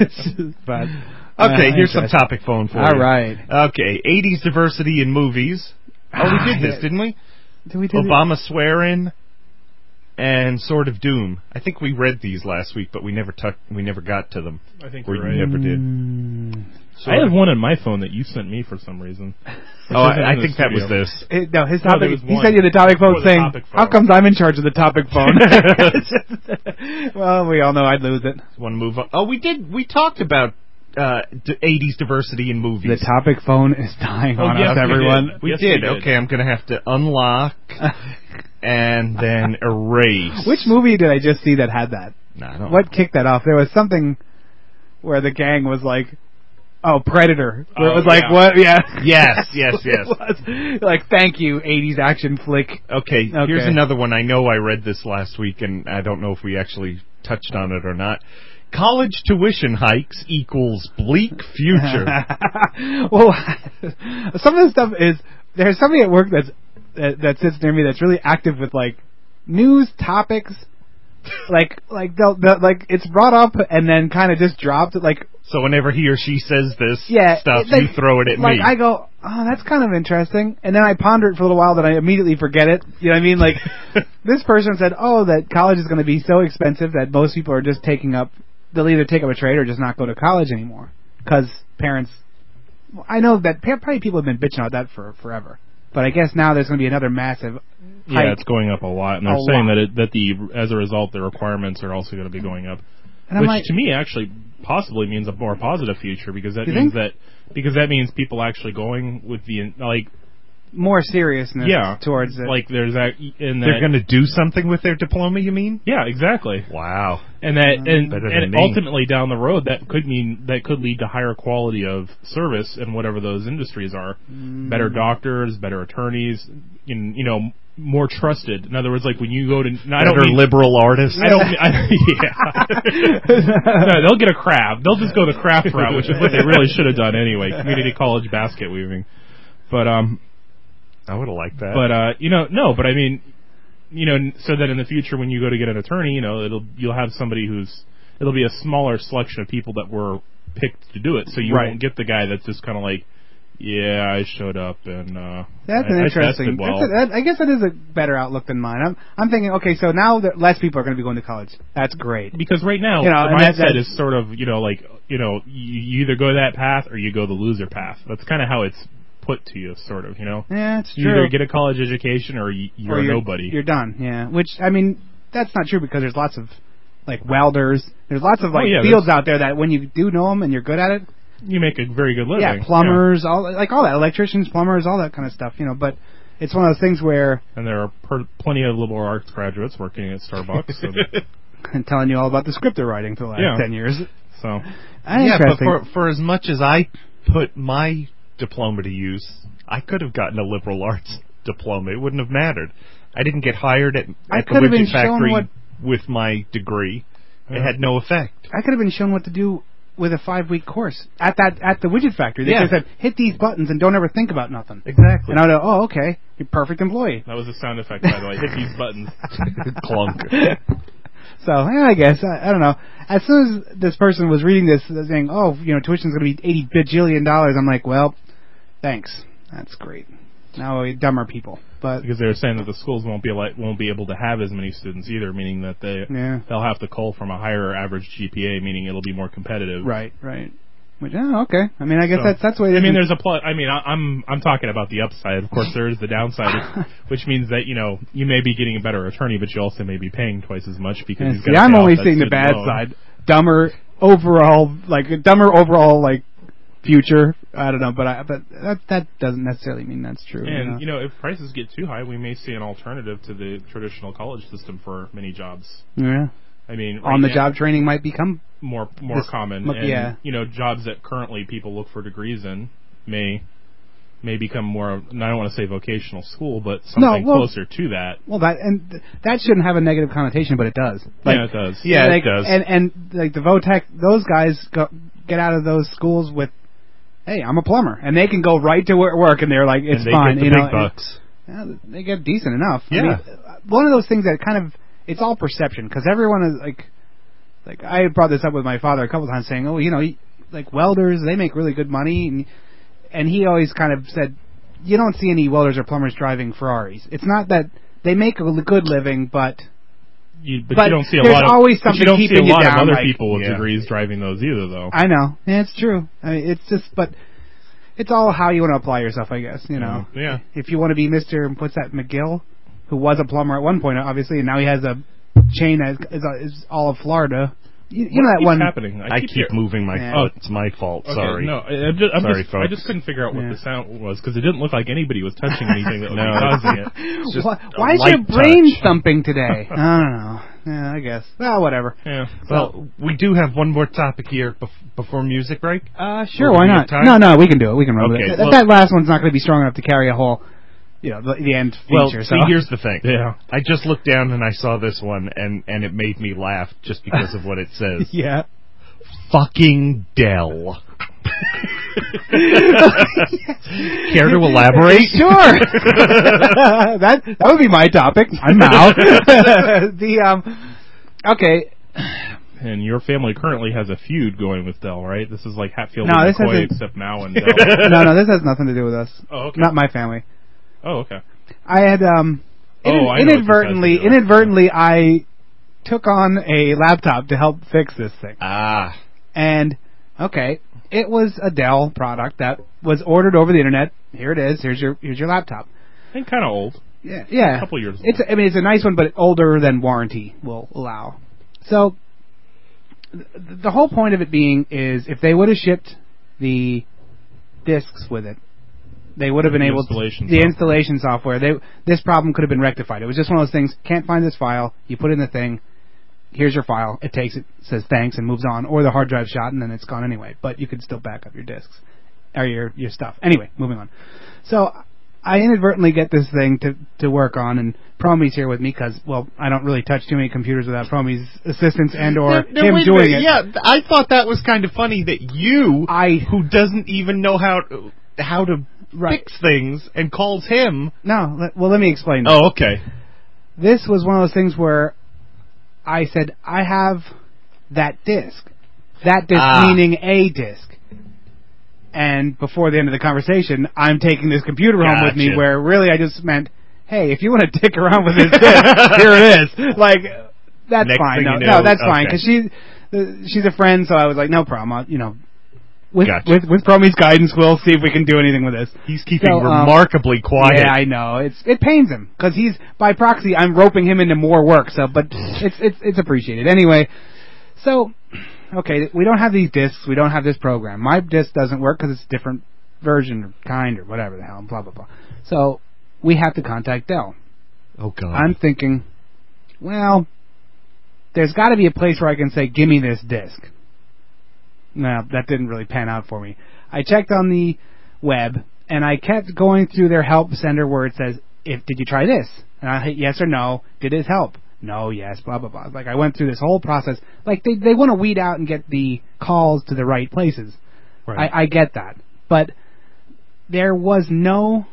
It's just bad. Okay, Uh, here's some interesting. topic phone for All you. right. Okay, 80s diversity in movies. Oh, we did this, didn't we? Did we do the- Obama swearing and Sword of Doom. I think we read these last week, but we never tuck, we never got to them. I think Or you're Mm. you right. never did. So I had one on my phone that you sent me for some reason. Oh, I- I think that was this. It- no, his there topic. was he one. sent you the topic Before phone the saying, topic "How comes I'm in charge of the topic phone?" well, we all know I'd lose it. One move. On. Oh, we did. We talked about uh, d- 80s diversity in movies. The topic phone is dying Oh, on yes, us, we everyone. did. We, did. Okay, I'm gonna have to unlock and then erase. Which movie did I just see that had that? No, I don't what kicked that off? There was something where the gang was like, "Oh, Predator." Where it Oh, was like, yeah. "What?" Yeah. Yes, yes, It yes. was. Like, thank you, '80s action flick. Okay, Okay. here's another one. I know I read this last week, and I don't know if we actually touched on it or not. College tuition hikes equals bleak future. well, some of the stuff is there's somebody at work that's that, that sits near me that's really active with like news topics. like like they'll, they'll like it's brought up and then kind of just dropped like so whenever he or she says this yeah stuff, it- like- you throw it at like me. I go oh that's kind of interesting and then I ponder it for a little while then I immediately forget it you know what I mean like this person said oh that college is going to be so expensive that most people are just taking up they'll either take up a trade or just not go to college anymore because parents I know that pa- probably people have been bitching about that for forever but I guess now there's going to be another massive Yeah, hike. it's going up a lot, and they're A saying lot. that it, that the as a result the requirements are also going to be going up, And I'm which like- to me actually possibly means a more positive future because that You means think? that because that means people actually going with the like more seriousness yeah towards it like there's that and They're that- going to do something with their diploma. You mean? yeah exactly Wow. and that and, Better than and me. ultimately down the road that could mean that could lead to higher quality of service in whatever those industries are Mm. better doctors better attorneys and you know more trusted in other words like when you go to and I don't Better mean, liberal artists. I don't mean- I, yeah no they'll get a crab they'll just go the craft route which is what they really should have done anyway community college basket weaving but um I would have liked that. but uh, you know, no, but I mean, you know, n- so that in the future when you go to get an attorney, you know, it'll you'll have somebody who's it'll be a smaller selection of people that were picked to do it, so you Right. won't get the guy that's just kind of like, yeah, I showed up and uh, That's I, an I interesting. tested well. that's a, that, I guess that is a better outlook than mine. I'm I'm thinking, okay, so now that less people are going to be going to college. That's great. because right now You know, the and that- mindset that's- is sort of you know like you know you, you either go that path or you go the loser path. That's kind of how it's put to you, sort of. You know, Yeah, it's you either true. get a college education or y- you're, Or you're nobody. You're done. Yeah. Which I mean, that's not true because there's lots of like welders. There's lots of like Oh, yeah, fields there's- out there that when you do know them and you're good at it, you make a very good living. yeah, plumbers, all like all that, electricians, plumbers, all that kind of stuff. You know, but it's one of those things where and there are per- plenty of liberal arts graduates working at Starbucks. So I'm telling you all about the script they're writing for the last Yeah. ten years. So yeah, but Interesting. for for as much as I put my diploma to use, I could have gotten a liberal arts diploma. It wouldn't have mattered. I didn't get hired at, I at the could have been widget shown factory what- with my degree. It had no effect. I could have been shown what to do with a five week course at that at the widget factory. They Yeah. could have said, hit these buttons and don't ever think about nothing. Exactly. And I would have, oh, okay, you're a perfect employee. that was a sound effect, by the way. Hit these buttons. Clunk. So yeah, I guess I, I don't know. As soon as this person was reading this, they're saying, oh, you know, tuition's going to be eighty bajillion dollars, I'm like, well, thanks. That's great. Now we're dumber people, but Because they were saying that the schools won't be like won't be able to have as many students either, meaning that they Yeah. they'll have to cull from a higher average GPA, meaning it'll be more competitive. right, right. Which, oh, okay. I mean, I guess So- that's that's the way. it I is. mean, there's a plus. I mean, I, I'm I'm talking about the upside. Of course, there is the downside, it's- which means that you know you may be getting a better attorney, but you also may be paying twice as much because And you've see, gotta I'm pay only off that seeing the student bad loan. side. Dumber overall, like a dumber overall, like future. I don't know, but I, but that that doesn't necessarily mean that's true. you know? And you know, if prices get too high, we may see an alternative to the traditional college system for many jobs. yeah, I mean, right on the now- job training might become more more This- common. mo- and, yeah. you know, jobs that currently people look for degrees in may may become more. of- And I don't want to say vocational school, but something well- closer to that. well that and th- that shouldn't have a negative connotation, but it does. Like, yeah, it does. like, And and like the Votech, those guys go, get out of those schools with, hey, I'm a plumber, and they can go right to wor- work, and they're like, it's and they fine, get the you big know. and- bucks. Yeah, they get decent enough. I Yeah. mean, uh, one of those things that kind of it's all perception because everyone is like, like I brought this up with my father a couple times, saying, "Oh, you know, he- like welders, they make really good money," and and he always kind of said, "You don't see any welders or plumbers driving Ferraris. It's not that they make a good living, but you, but, But you don't see a there's lot. Of, always but something you don't see a keeping you lot down, of other like- people with Yeah. degrees driving those either, though. I know. Yeah, it's true. I mean, it's just, but it's all how you want to apply yourself, I guess. You know. Mm-hmm. Yeah. If you want to be Mister, what's that, McGill, who was a plumber at one point, obviously, and now he has a chain that is, is all of Florida. You, you know that one. I, keep, moving my Yeah. foot. It's my fault. Okay, Sorry. No, I, I'm just, I'm Sorry, just, folks. I just couldn't figure out what the sound was because it didn't look like anybody was touching anything that was No. causing it. It's Why, why is your brain thumping today? I don't know. Yeah, I guess. Well, whatever. Yeah. Well, we do have one more topic here bef- before music break. Uh, Sure, why not? No, no, we can do it. We can run with it. That, that last one's not going to be strong enough to carry a whole, you know, the, the end feature. Well, so. see, here's the thing. Yeah. I just looked down and I saw this one, and and it made me laugh just because of what it says. yeah. Fucking Dell. Care to elaborate? Sure. that that would be my topic. I'm out. the um, okay. And your family currently has a feud going with Dell, right? This is like Hatfield No, and this McCoy, hasn't. except Mao and Dell. no, no, this has nothing to do with us. Oh, okay. Not my family. Oh, okay. I had um, Oh, in- I know what this has to inadvertently, inadvertently, I took on a laptop to help fix this thing. Ah. And okay, it was a Dell product that was ordered over the internet. Here it is. Here's your here's your laptop. And kind of old. Yeah, yeah. A couple years. It's I mean it's a nice one, but older than warranty will allow. So th- the whole point of it being is if they would have shipped the discs with it, they would have been The able installation to, the software. installation software. They this problem could have been rectified. It was just one of those things. Can't find this file. You put in the thing. Here's your file. It takes it, says thanks, and moves on. Or the hard drive shot, and then it's gone anyway. But you could still back up your discs or your your stuff. Anyway, moving on. So I inadvertently get this thing to to work on, and Promy's here with me because well, I don't really touch too many computers without Promy's assistance and or There- there- him wait a doing minute. it. Yeah, th- I thought that was kind of funny that you, I, who doesn't even know how to, how to fix things, and calls him. No, let, well, let me explain. Oh, okay. This was one of those things where I said I have that disc, that disc Ah. meaning a disc. And before the end of the conversation, I'm taking this computer home with me, Gotcha. where really I just meant, hey, if you want to dick around with this disc, here it is. Like that's Next fine. thing No, you know- no, that's okay. fine because she uh, she's a friend, so I was like, no problem. I'll, you know, with Gotcha. with with Promy's guidance, we'll see if we can do anything with this. He's keeping So, um, remarkably quiet. Yeah, I know. It's it pains him because he's by proxy. I'm roping him into more work. So, but it's it's it's appreciated anyway. So, okay, we don't have these discs. We don't have this program. My disc doesn't work because it's a different version or kind or whatever the hell. Blah blah blah. So we have to contact Dell. Oh God. I'm thinking, well, there's got to be a place where I can say, "Give me this disc." No, that didn't really pan out for me. I checked on the web and I kept going through their help center where it says, "If did you try this?" And I hit yes or no. Did this help? No, yes, blah blah blah. Like I went through this whole process. Like they they want to weed out and get the calls to the right places. Right. I, I get that, but there was no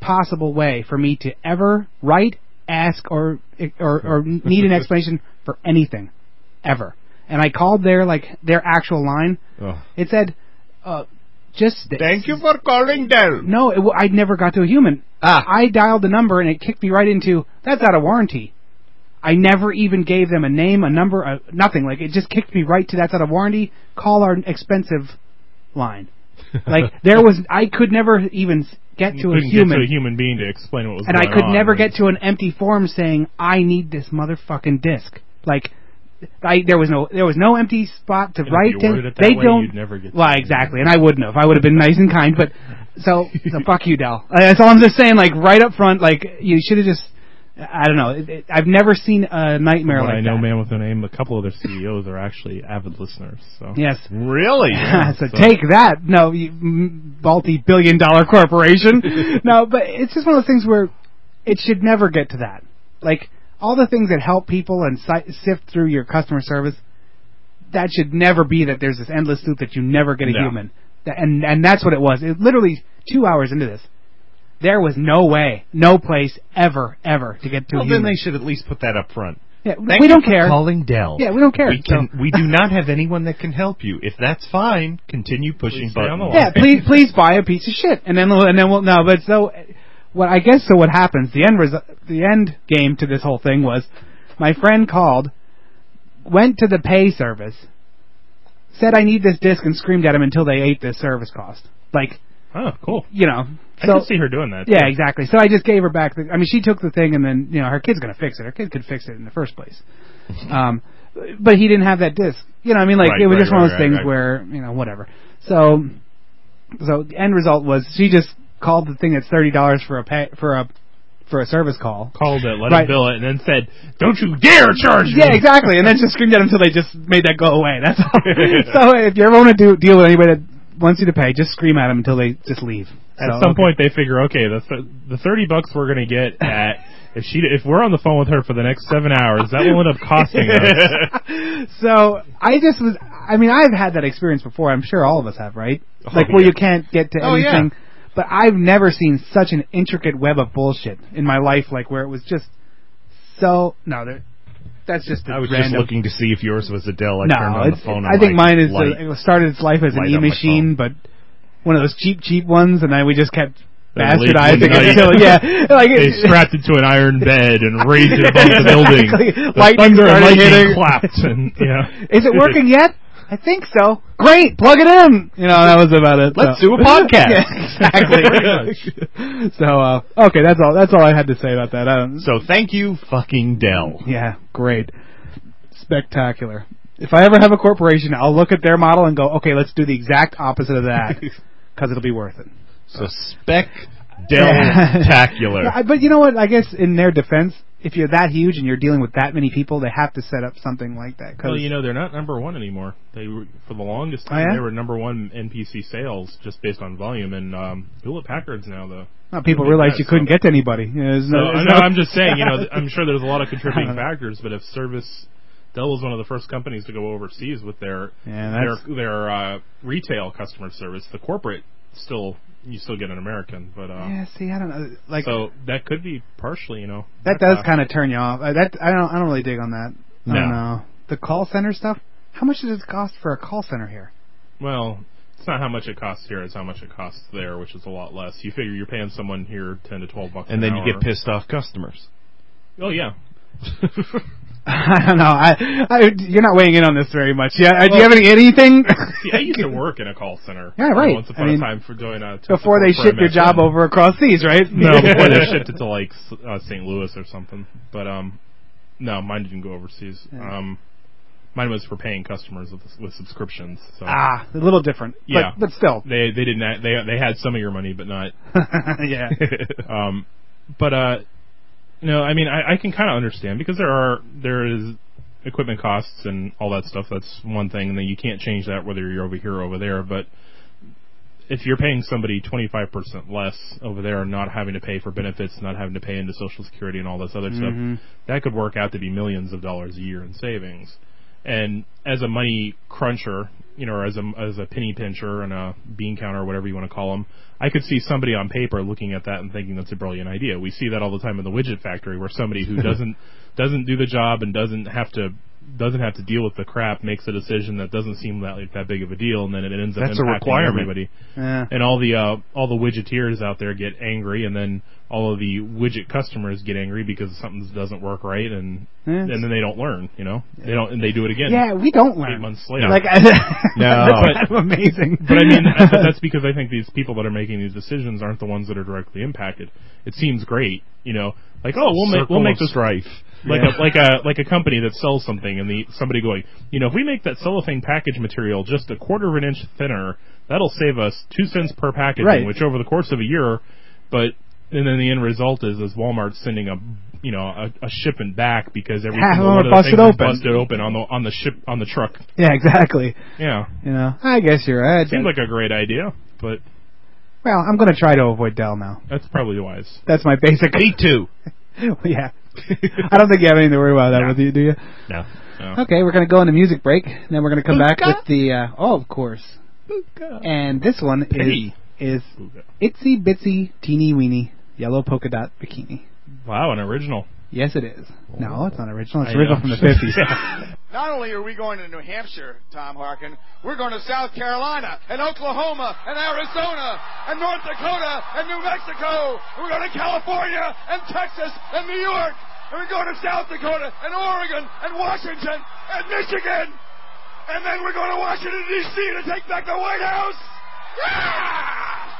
possible way for me to ever write, ask, or or, or need an explanation for anything, ever. And I called their like their actual line. Oh. It said, uh, just thank you for calling Dell. No, it, w- I never got to a human. Ah. I dialed the number and it kicked me right into that's out of warranty. I never even gave them a name, a number, a, nothing. Like it just kicked me right to that's out of warranty. Call our expensive line. Like there was, I could never even s- get to a couldn't human, get to a human being to explain what was and going I could on. never get to an empty form saying I need this motherfucking disc. Like, I there was no there was no empty spot to And if write you to. worded it that they way, don't. you'd never get to well, exactly, and I wouldn't have. I would have been nice and kind, but so so fuck you, Dell. Uh, That's all I'm just saying. Like right up front, like you should have just. I don't know. It, it, I've never seen a nightmare From what like I know that. man with no name. A couple of their CEOs are actually avid listeners. So Yes. Really? so, take that, no, you m- multi-billion-dollar corporation. no, but it's just one of those things where it should never get to that. Like all the things that help people and si- sift through your customer service, that should never be that. There's this endless loop that you never get a No. human, Tha- and and that's what it was. It literally two hours into this, there was no way, no place ever, ever to get to Well, a then human. they should at least put that up front. yeah, Thank we you don't for care. Calling Dell. Yeah, we don't care. We, can, we do not have anyone that can help you. If that's fine, continue pushing stay on buttons. the Yeah, please please buy a piece of shit, and then we'll- and then we'll no. But so, what I guess so what happens? The end result, the end game to this whole thing was, My friend called, went to the pay service, said I need this disc, and screamed at him until they ate this service cost. Like, oh, cool. You know, I so can see her doing that. yeah, too. exactly. So I just gave her back. The, I mean, she took the thing, and then you know her kid's gonna fix it. Her kid could fix it in the first place. Um, but he didn't have that disc. You know, I mean, like Right, it was right, just one of right, those right, things right. where you know whatever. So, so the end result was she just called the thing that's thirty dollars for a pay, for a for a service call. Called it, let Right. him bill it, and then said, "Don't you dare charge me!" Yeah, exactly. And then just screamed at them until they just made that go away. That's all. so if you ever want to do, deal with anybody that wants you to pay, just scream at them until they just leave. At So, some okay. point, they figure, okay, the th- the thirty bucks we're gonna get at if she if we're on the phone with her for the next seven hours, that will end up costing us. so I just was. I mean, I've had that experience before. I'm sure all of us have, right? like where you yeah. can't get to Oh, yeah. anything. But I've never seen such an intricate web of bullshit in my life, like where it was just so. No, there- that's just. I was just random. looking to see if yours was Adele. I no, turned on the it's- phone. I think mine is Light. the, it started its life as an light e on my machine, but one of those cheap, cheap ones, and then we just kept bastardizing They- it until yeah, like they it, strapped it to an iron bed and raised it above the building. Exactly. The Lightning thunder and started lightning hitting. clapped, and yeah. Is it working yet? I think so. Great, plug it in. You know, that was about it. Let's so. do a podcast. Yeah, exactly. so, uh, okay, that's all. That's all I had to say about that. I don't, so thank you, fucking Dell. Yeah, great, spectacular. If I ever have a corporation, I'll look at their model and go, okay, let's do the exact opposite of that because it'll be worth it. So spec Dell-tacular. Yeah, I- but you know what? I guess in their defense, if you're that huge and you're dealing with that many people, they have to set up something like that. 'cause- Well, you know they're not number one anymore. They were, for the longest Oh, time yeah? they were number one NPC sales just based on volume, and um, Hewlett Packard's now though. Well, people realized you couldn't get to anybody. You know, there's So, no- Uh-huh. I there's know, no- I'm just saying, you know, th- I'm sure there's a lot of I contributing don't know. factors, but if service, Dell was one of the first companies to go overseas with their Yeah, their that's- their uh, retail customer service. The corporate still you still get an American, but uh, Yeah, see, I don't know. Like so that could be partially, you know, that does kind of turn you off. Uh, that I don't. I don't really dig on that. I No. don't know. The call center stuff. How much does it cost for a call center here? Well, it's not how much it costs here; it's how much it costs there, which is a lot less. You figure you're paying someone here ten to twelve bucks, And an then you get hour. pissed off customers. Oh yeah. I don't know. I, I you're not weighing in on this very much. Yeah. uh, do you Well- have any anything? See, I used to work in a call center. Yeah, right. Once I upon mean, a time for doing a tech Before they support ship for your job MSN. over across seas, right? No, before they shipped it to like S- uh, St. Louis or something. But um, no, mine didn't go overseas. Yeah. Um, mine was for paying customers with, with subscriptions. So. Ah, a little different. But- Yeah, but still. they they didn't ha- they they had some of your money, but not. yeah. um, but uh, no, I mean I, I can kind of understand because there are there is equipment costs and all that stuff. That's one thing, and then you can't change that whether you're over here or over there. But if you're paying somebody 25% less over there and not having to pay for benefits, not having to pay into Social Security and all this other Mm-hmm. Mhm. stuff, that could work out to be millions of dollars a year in savings. And as a money cruncher, you know, or as a as a penny pincher and a bean counter, or whatever you want to call them, I could see somebody on paper looking at that and thinking that's a brilliant idea. We see that all the time in the widget factory, where somebody who doesn't doesn't do the job and doesn't have to doesn't have to deal with the crap makes a decision that doesn't seem that that big of a deal, and then it ends up That's a impacting requirement. everybody. Yeah. And all the uh, all the widgeteers out there get angry, and then all of the widget customers get angry because something doesn't work right, and Yeah. and then they don't learn. You know, they don't, and they do it again. Yeah, we don't learn. Eight months later, Like, I- No. that's kind of amazing. But I mean, I- but that's because I think these people that are making these decisions aren't the ones that are directly impacted. It seems great, you know, like oh, we'll make Circle we'll make of this strife. like Yeah. a like a like a company that sells something, and the somebody going, you know, if we make that cellophane package material just a quarter of an inch thinner, that'll save us two cents per packaging, Right. which over the course of a year, but and then the end result is is Walmart sending a you know a, a shipment back because every Half single of one them of are the things busted open. is busted open on the on the ship on the truck. yeah, exactly. Yeah. You know, I guess you're right. Seems like a great idea, but well, I'm going to try to avoid Dell now. that's probably wise. That's my basic. Me too. yeah. I don't think you have anything to worry about that with you, do you? No. Okay, we're going to go into music break, and then we're going to come back with the uh, oh, of course. And this one is Pity. is itsy bitsy teeny weeny yellow polka dot bikini. Wow, an original. Yes, it is. No, it's not original. It's Oh. I original know. from the fifties. Not only are we going to New Hampshire, Tom Harkin, we're going to South Carolina and Oklahoma and Arizona and North Dakota and New Mexico. We're going to California and Texas and New York and we're going to South Dakota and Oregon and Washington and Michigan. And then we're going to Washington, D.C. to take back the White House. Yeah!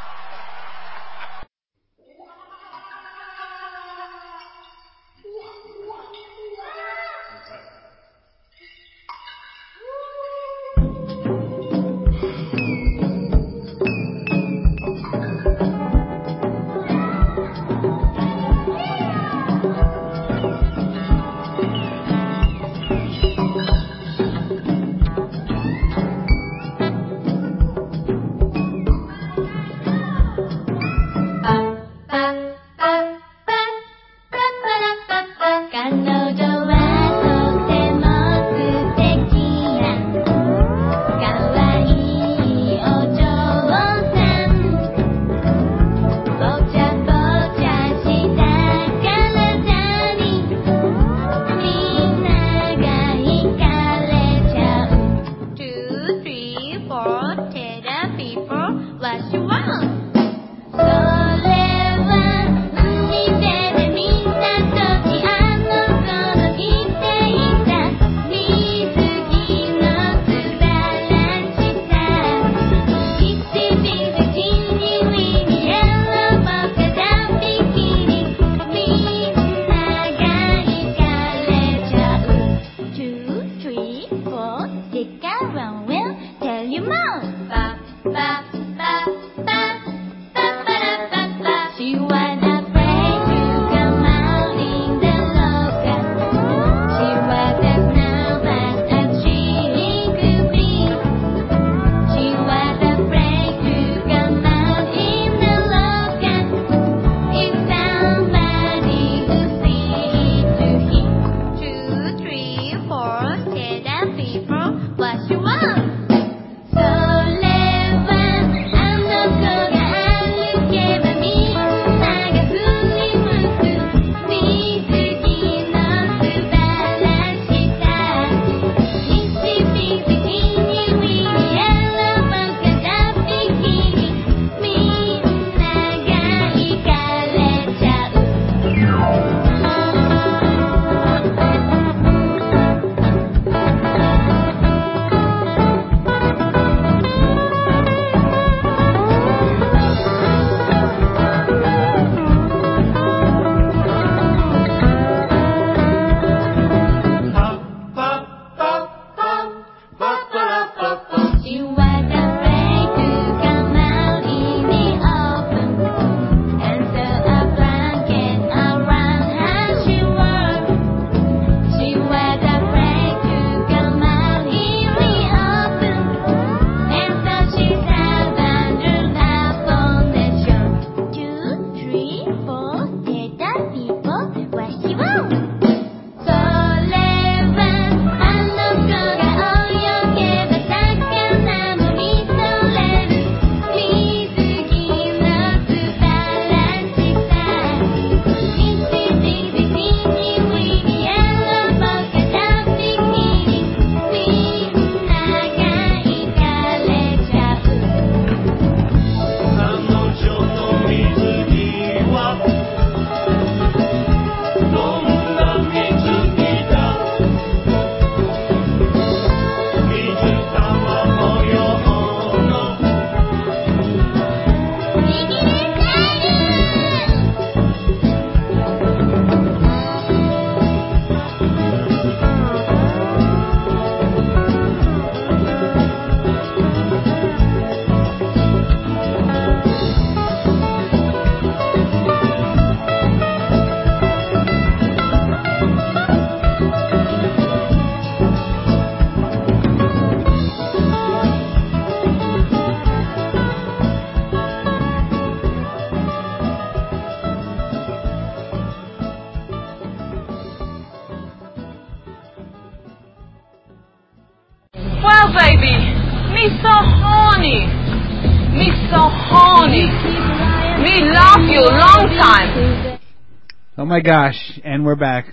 Oh my gosh, and we're back.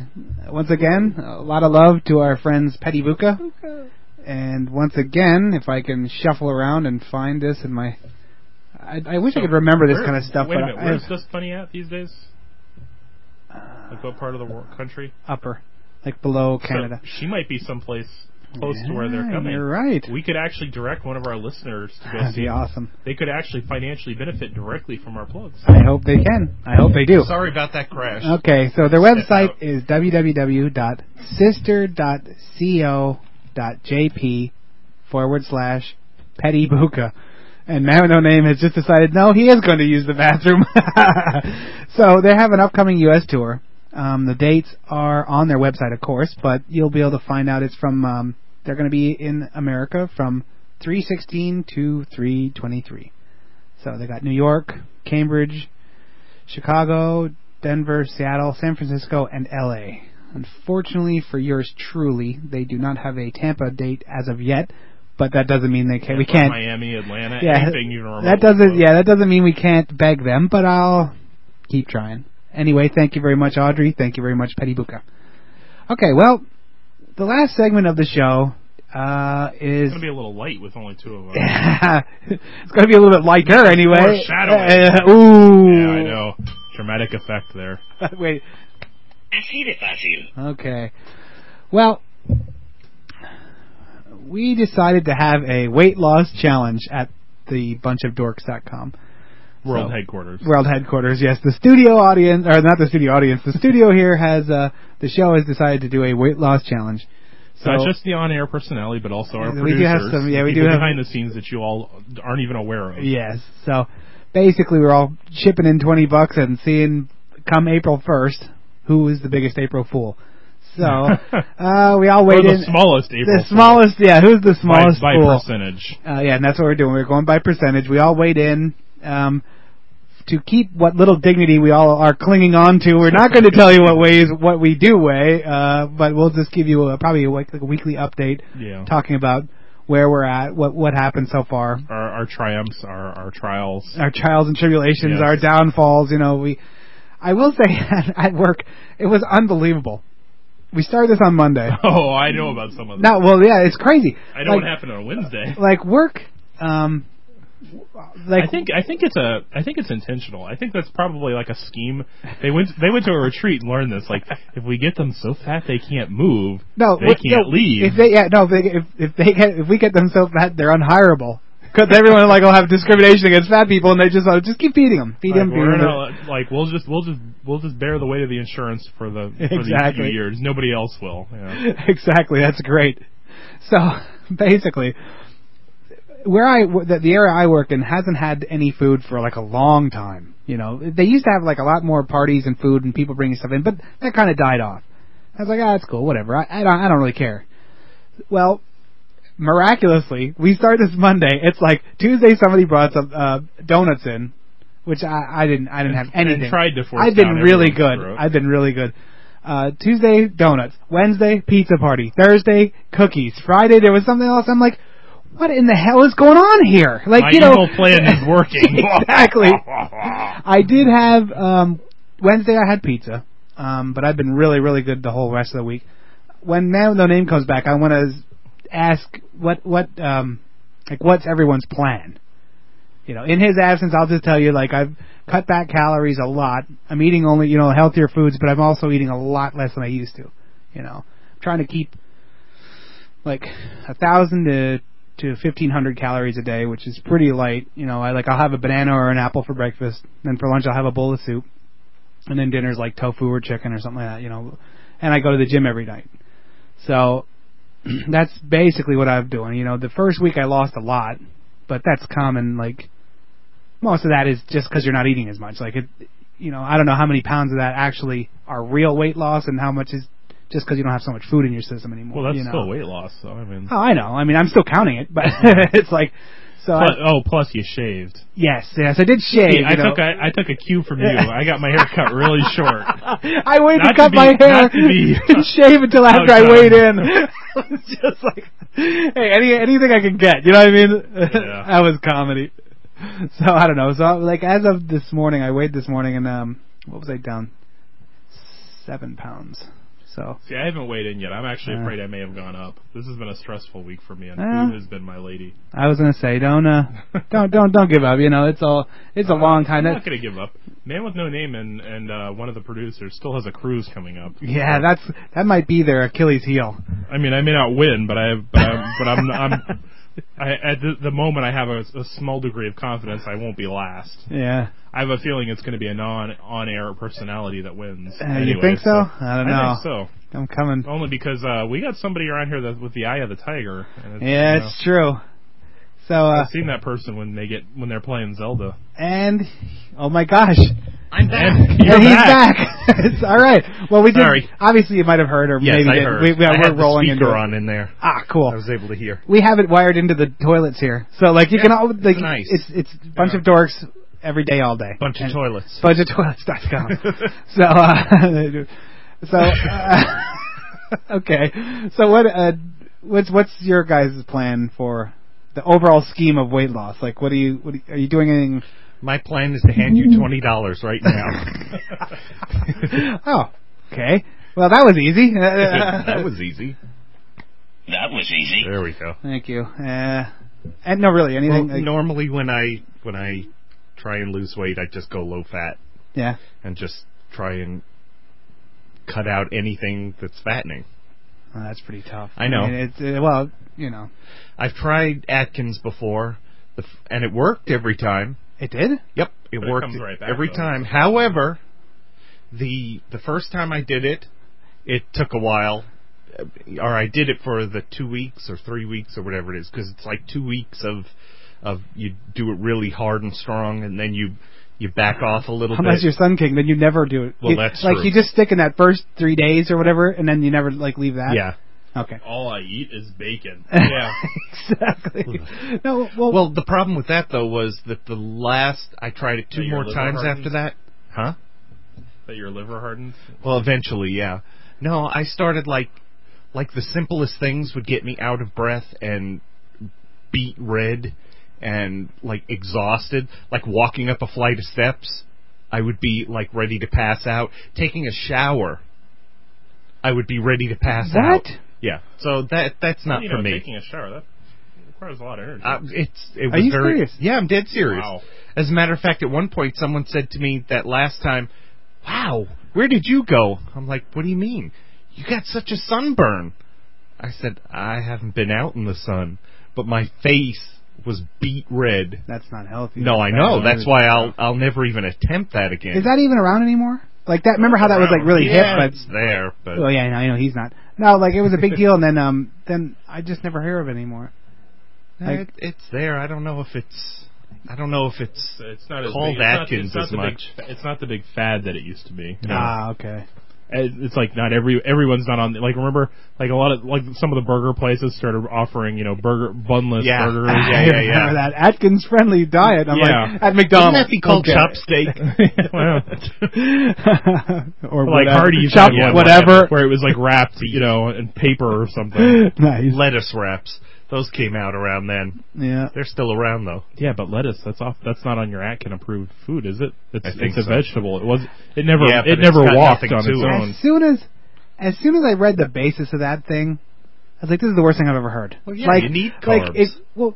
Once again, a lot of love to our friends Petty Buka. And once again, if I can shuffle around and find this in my. I, I wish so I could remember this where, kind of stuff. Wait but a minute, I, where's Dust Bunny at these days? Uh, Like what part of the wor country? Upper, like below So Uh, Canada. she might be someplace close to where they're Yeah, coming. you're right. We could actually direct one of our listeners to go That'd be see- awesome. They could actually financially benefit directly from our plugs. I hope they can. I hope they do. Sorry about that crash. Okay, so their website is www.sister.co.jp forward slash Petty Buka. And Matt No Name has just decided, no, he is going to use the bathroom. so they have an upcoming U.S. tour. Um, the dates are on their website, of course, but you'll be able to find out it's from, um, they're going to be in America from 316 to 323. So they got New York, Cambridge, Chicago, Denver, Seattle, San Francisco, and LA. Unfortunately for yours truly, they do not have a Tampa date as of yet, but that doesn't mean they can we Tampa, can't Miami, Atlanta, yeah, anything you remotely That doesn't yeah, that doesn't mean we can't beg them, but I'll keep trying. Anyway, thank you very much Audrey. Thank you very much Petty Buka. Okay, well, the last segment of the show uh It's is gonna be a little light with only two of us. it's going to be a little bit like her anyway. Foreshadowing. Uh, ooh. Yeah, I know. Dramatic effect there. Wait. Así de fácil. Okay. Well, we decided to have a weight loss challenge at the bunchofdorks.com. World So- headquarters. World headquarters, yes. The studio audience, or not the studio audience, the studio here has, uh, the show has decided to do a weight loss challenge. So, Not just the on-air personality, but also our We producers. do have some- yeah, the we do people have- behind the scenes that you all aren't even aware of. yes. So, basically we're all chipping in 20 bucks and seeing come April 1st who is the biggest April fool. So, uh, we all Or waited. the smallest April The fool. smallest, yeah, who's the By- smallest by fool? percentage. Uh, yeah, and that's what we're doing. We're going by percentage. We all weighed in um, to keep what little dignity we all are clinging on to. We're not going to tell you what weighs what we do weigh, uh, but we'll just give you a, probably a, week- like a weekly update Yeah. talking about where we're at, what what happened so far, Our, our triumphs, our, our trials. our trials and tribulations, Yes. our downfalls. You know, we. I will say at work, it was unbelievable. We started this on Monday. Oh, I know about some of them. No, well, yeah, it's crazy. I know like, what happened on a Wednesday. Like work, um, like I think I think it's a I think it's intentional. I think that's probably like a scheme. They went they went to a retreat and learned this. Like if we get them so fat they can't move, No, they what- can't no, leave. If they, yeah, no, if they, if, if they get, if we get them so fat, they're unhireable. Because everyone like will have discrimination against fat people, and they just like, just keep feeding them, feed like, them, feed we're 'em. gonna, like we'll just we'll just we'll just bear the weight of the insurance for the for the few Exactly. years. Nobody else will. Yeah. exactly, that's great. So basically, where I w- the, the area I work in hasn't had any food for like a long time. You know, they used to have like a lot more parties and food and people bringing stuff in, but that kind of died off. I was like, ah, that's cool, whatever. I, I don't, I don't really care. Well, miraculously, we start this Monday. It's like Tuesday. Somebody brought some uh, donuts in, which I, I didn't. I didn't have and anything. tried to force I've been down really everyone's good. throat. I've been really good. Uh, Tuesday donuts, Wednesday pizza party, Thursday cookies, Friday there was something else. I'm like, what in the hell is going on here? Like My you know, evil plan is working. exactly. I did have um, Wednesday. I had pizza, um, but I've been really, really good the whole rest of the week. When Man with No Name comes back, I want to ask what what um, like what's everyone's plan. You know, in his absence, I'll just tell you like I've cut back calories a lot. I'm eating only you know healthier foods, but I'm also eating a lot less than I used to. You know, I'm trying to keep like a thousand to to fifteen hundred calories a day, which is pretty light. You know, I like I'll have a banana or an apple for breakfast, then for lunch I'll have a bowl of soup, and then dinner's like tofu or chicken or something like that. You know, and I go to the gym every night, so that's basically what I'm doing. You know, the first week I lost a lot, but that's common. Like most of that is just because you're not eating as much. Like it, you know, I don't know how many pounds of that actually are real weight loss and how much is just because you don't have so much food in your system anymore. Well, that's you know? still weight loss. So I mean, Oh, I know. I mean, I'm still counting it, but it's like so. Plus- I, oh, plus you shaved. yes, yes, I did shave. See, I you know. took a, I took a cue from you. I got my hair cut really short. I waited to not to cut be- my hair not to be- Oh, and shave until after I Okay. weighed in. I was just like, hey, any anything I could get, you know what I mean? that was comedy. So I don't know. So I, like as of this morning, I weighed this morning and um, what was I down? Seven pounds. So See, I haven't weighed in yet. I'm actually Uh. afraid I may have gone up. This has been a stressful week for me, and Well. food has been my lady. I was gonna say, don't uh, don't don't don't give up. You know, it's all it's a long time. I'm That- not going to give up. Man with No Name and and uh, one of the producers still has a cruise coming up. Yeah, that's that might be their Achilles heel. I mean, I may not win, but I but I'm but I'm, I'm I, at the, the moment I have a, a small degree of confidence I won't be last. Yeah. I have a feeling it's going to be a non on air personality that wins. Uh, anyway, you think so? I don't know. I think so. I'm coming. Only because uh, we got somebody around here that, with the eye of the tiger. and it's, Yeah, you know, it's true. So uh, I've seen that person when they get when they're playing Zelda. and oh my gosh, I'm back. And You're he's back. back. it's all right. Well, we did. Sorry. Obviously, you might have heard, or Yes, maybe I didn't. heard. We, we, I we're had the rolling speaker into it. on in there. Ah, cool. I was able to hear. We have it wired into the toilets here, so like you Yeah, can all like it's nice. it's it's a bunch of dorks every day, all day. Bunch of And- toilets. Bunch of toilets. dot com. so uh, so uh, okay. So what uh, what's what's your guys' plan for the overall scheme of weight loss? Like, what do you what do you- are you doing anything? My plan is to hand you twenty dollars right now. oh, okay. Well, that was easy. that was easy. That was easy. There we go. Thank you. Uh, and no, really, anything. Well, like- normally when I when I try and lose weight, I just go low fat Yeah. and just try and cut out anything that's fattening. Well, Oh, that's pretty tough. I know. mean, it's, uh, well, you know. I've tried Atkins before, the f- and it worked every time. It did. Yep, it But it worked comes right back, every though. time. However, the the first time I did it, it took a while, uh, or I did it for the two weeks or three weeks or whatever it is, because it's like two weeks of of you do it really hard and strong, and then you you back off a little Unless bit. you're Sun King, then you never do it. Well, You- that's like true. you just stick in that first three days or whatever, and then you never like leave that. yeah. Okay. All I eat is bacon. Yeah. exactly. No, well, Well, the problem with that though was that the last I tried it two That your more liver times hardens? after that, huh? that your liver hardens. Well, eventually, yeah. No, I started like like the simplest things would get me out of breath and beat red and like exhausted, like walking up a flight of steps, I would be like ready to pass out, taking a shower. I would be ready to pass out. What? Yeah. So that that's Well, not you for know, me. Taking a shower that requires a lot of energy. Uh, it's it Are was you very serious? yeah, I'm dead serious. Wow. As a matter of fact, at one point someone said to me that last time, "Wow, where did you go?" I'm like, "What do you mean? You got such a sunburn." I said, "I haven't been out in the sun, but my face was beat red." that's not healthy. No, I know. That's why I'll I'll never even attempt that again. Is that even around anymore? Like that? Remember how that was like really yeah, hip? it's there, but But oh yeah, I know he's not. No, like it was a big deal, and then um, then I just never hear of it anymore. Eh, Like, it's there. I don't know if it's I don't know if it's It's not as called big, it's not- Atkins it's not, as the much. Big, it's not the big fad that it used to be. ah, okay. It- it's like not every everyone's not on. Like remember, like a lot of like some of the burger places started offering you know burger bunless Yeah. burgers. Ah, yeah, I yeah, remember yeah. that Atkins friendly diet. I'm Yeah. like at McDonald's. Wouldn't that be called okay. chop steak? Wow. or like whatever. Hardee's, chop yeah, whatever. where it was like wrapped, you know, in paper or something. nice. lettuce wraps. Those came out around then. Yeah. They're still around though. Yeah, but lettuce that's off. That's not on your Atkin approved food, is it? It's I think it's a so. vegetable. It was. It never. Yeah, but it it's never got walked nothing on its to it. own. As soon as, as soon as I read the basis of that thing, I was like, "This is the worst thing I've ever heard." Well, yeah, like, you need Like, carbs. it, well,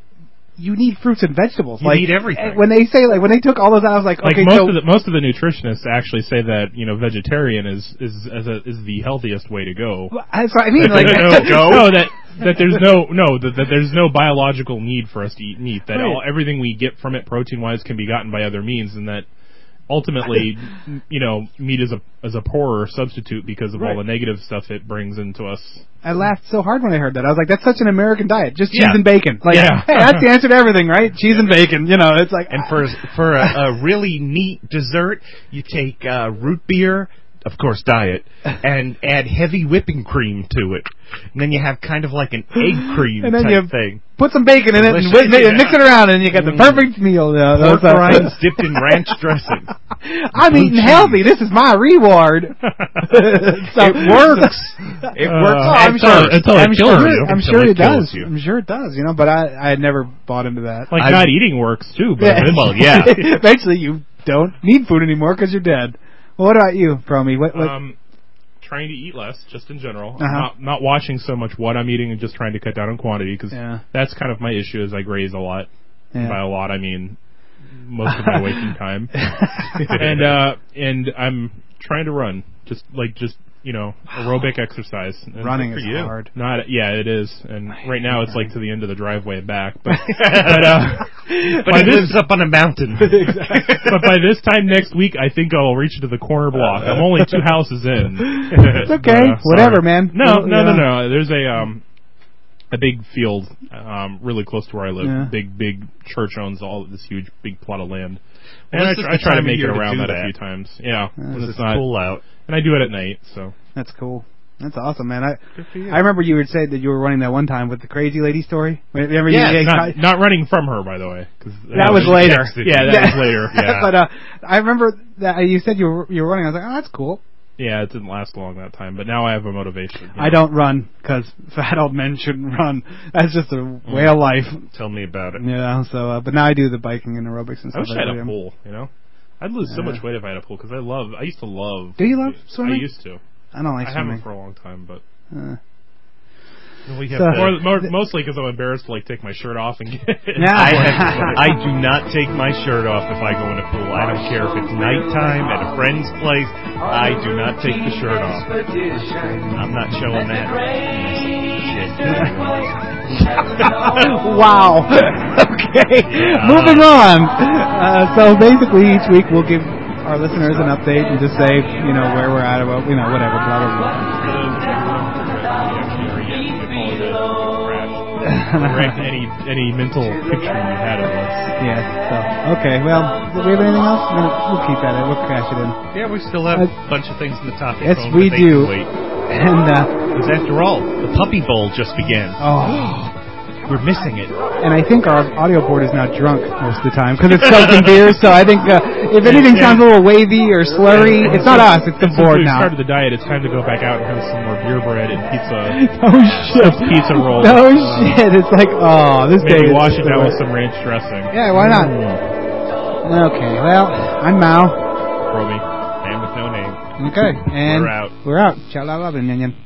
you need fruits and vegetables. You like need everything. eh, When they say like when they took all those out, I was like, Like "Okay, most so of the most of the nutritionists actually say that you know vegetarian is is is, a, is the healthiest way to go. Well, that's what I mean." Like, no, no, that that there's no no that, that there's no biological need for us to eat meat. That all Right. everything we get from it protein wise can be gotten by other means, and that ultimately, m- you know, meat is a is a poorer substitute because of Right. all the negative stuff it brings into us. I laughed so hard when I heard that. I was like, "That's such an American diet, just cheese Yeah. and bacon." Like, Yeah. hey, that's the answer to everything, right? Cheese and bacon. You know, it's like And for for a, a really neat dessert, you take uh, root beer, of course, diet, and add heavy whipping cream to it, and then you have kind of like an egg cream And then type you- thing. put some bacon in it Delicious. and, whip it and mix it around, and you got the Mm. perfect meal. You know, Pork so- rinds dipped in ranch dressing. I'm Blue eating cheese. healthy. This is my reward. so, It works. It Uh, works. Oh, at I'm sure. first. until it I'm kills sure. you. I'm Until sure it it does. kills you. I'm sure it does. You know, but I I had never bought into that. Like I've- not eating works too, but Yeah. Well, yeah. Eventually, you don't need food anymore because you're dead. Well, what about you, Promi? What, Uh, what um, trying to eat less, just in general. Uh-huh. Not not watching so much what I'm eating and just trying to cut down on quantity because Yeah. that's kind of my issue. Is I graze a lot. Yeah. By a lot, I mean most of my waking time, and uh, and I'm trying to run, just like just you know aerobic exercise. And Running good is for you. hard. Not yeah, it is. And right now it's like to the end of the driveway and back, but but, uh, But by he this- lives up on a mountain. Exactly. but by this time next week, I think I'll reach to the corner block. I'm only two houses in. It's okay. But, uh, Whatever, sorry. man. No, Well, no, no, yeah. no. There's a um a big field um really close to where I live. Yeah. Big, big church owns all this huge, big plot of land. Well, And I, this tr- is I the try to time of make it year to around do that, that. a few times. Yeah, Yeah. when This it's is not cool out, and I do it at night. So That's cool. That's awesome, man. I Good for you. I remember you had said that you were running that one time with the crazy lady story. Remember you- you, not, not running from her, by the way. 'cause that was later. Yeah, that was later. Yeah, but uh, I remember that you said you were you were running. I was like, oh, that's cool. yeah, it didn't last long that time. But now I have a motivation. I don't run because fat old men shouldn't run. That's just a Mm-hmm. way of life. Tell me about it. You know. So, uh, but now I do the biking and aerobics and I stuff. wish I like had that. a pool. You know, I'd lose so Yeah. much weight if I had a pool because I love. I used to love. Do you love I swimming? used to. I don't like I swimming. haven't for a long time, but Uh, We So- more, more, th- mostly because I'm embarrassed to like take my shirt off and get. No. I, have, I do not take my shirt off if I go in a pool. I don't care if it's nighttime at a friend's place. I do not take the shirt off. I'm not showing that. wow. okay. Moving on. Uh, so basically, each week we'll give our listeners an update and just say, you know, where we're at, about, you know, whatever, blah blah Correct any any mental picture you had of us. Yeah. So okay. Well, do we have anything else? We'll, we'll keep at it. We'll cash it in. Yeah, we still have Uh, a bunch of things in the topic. Yes, phone, we but they do. can Wait. And uh, Because after all, the puppy bowl just began. Oh. We're missing it. and I think our audio board is now drunk most of the time because it's soaked in beer. So I think uh, if anything sounds a little wavy or slurry, it's not us. It's the Since board we've now. started the diet, it's time to go back out and have some more beer bread and pizza. Oh shit! Pizza roll. Oh shit! It's like oh, this Maybe day. wash is it down with some ranch dressing. Mm. Yeah, why not? Okay. Well, I'm Mao. Romy, man with no name. Okay. And We're out. We're out. Ciao, la, la, la, la, la.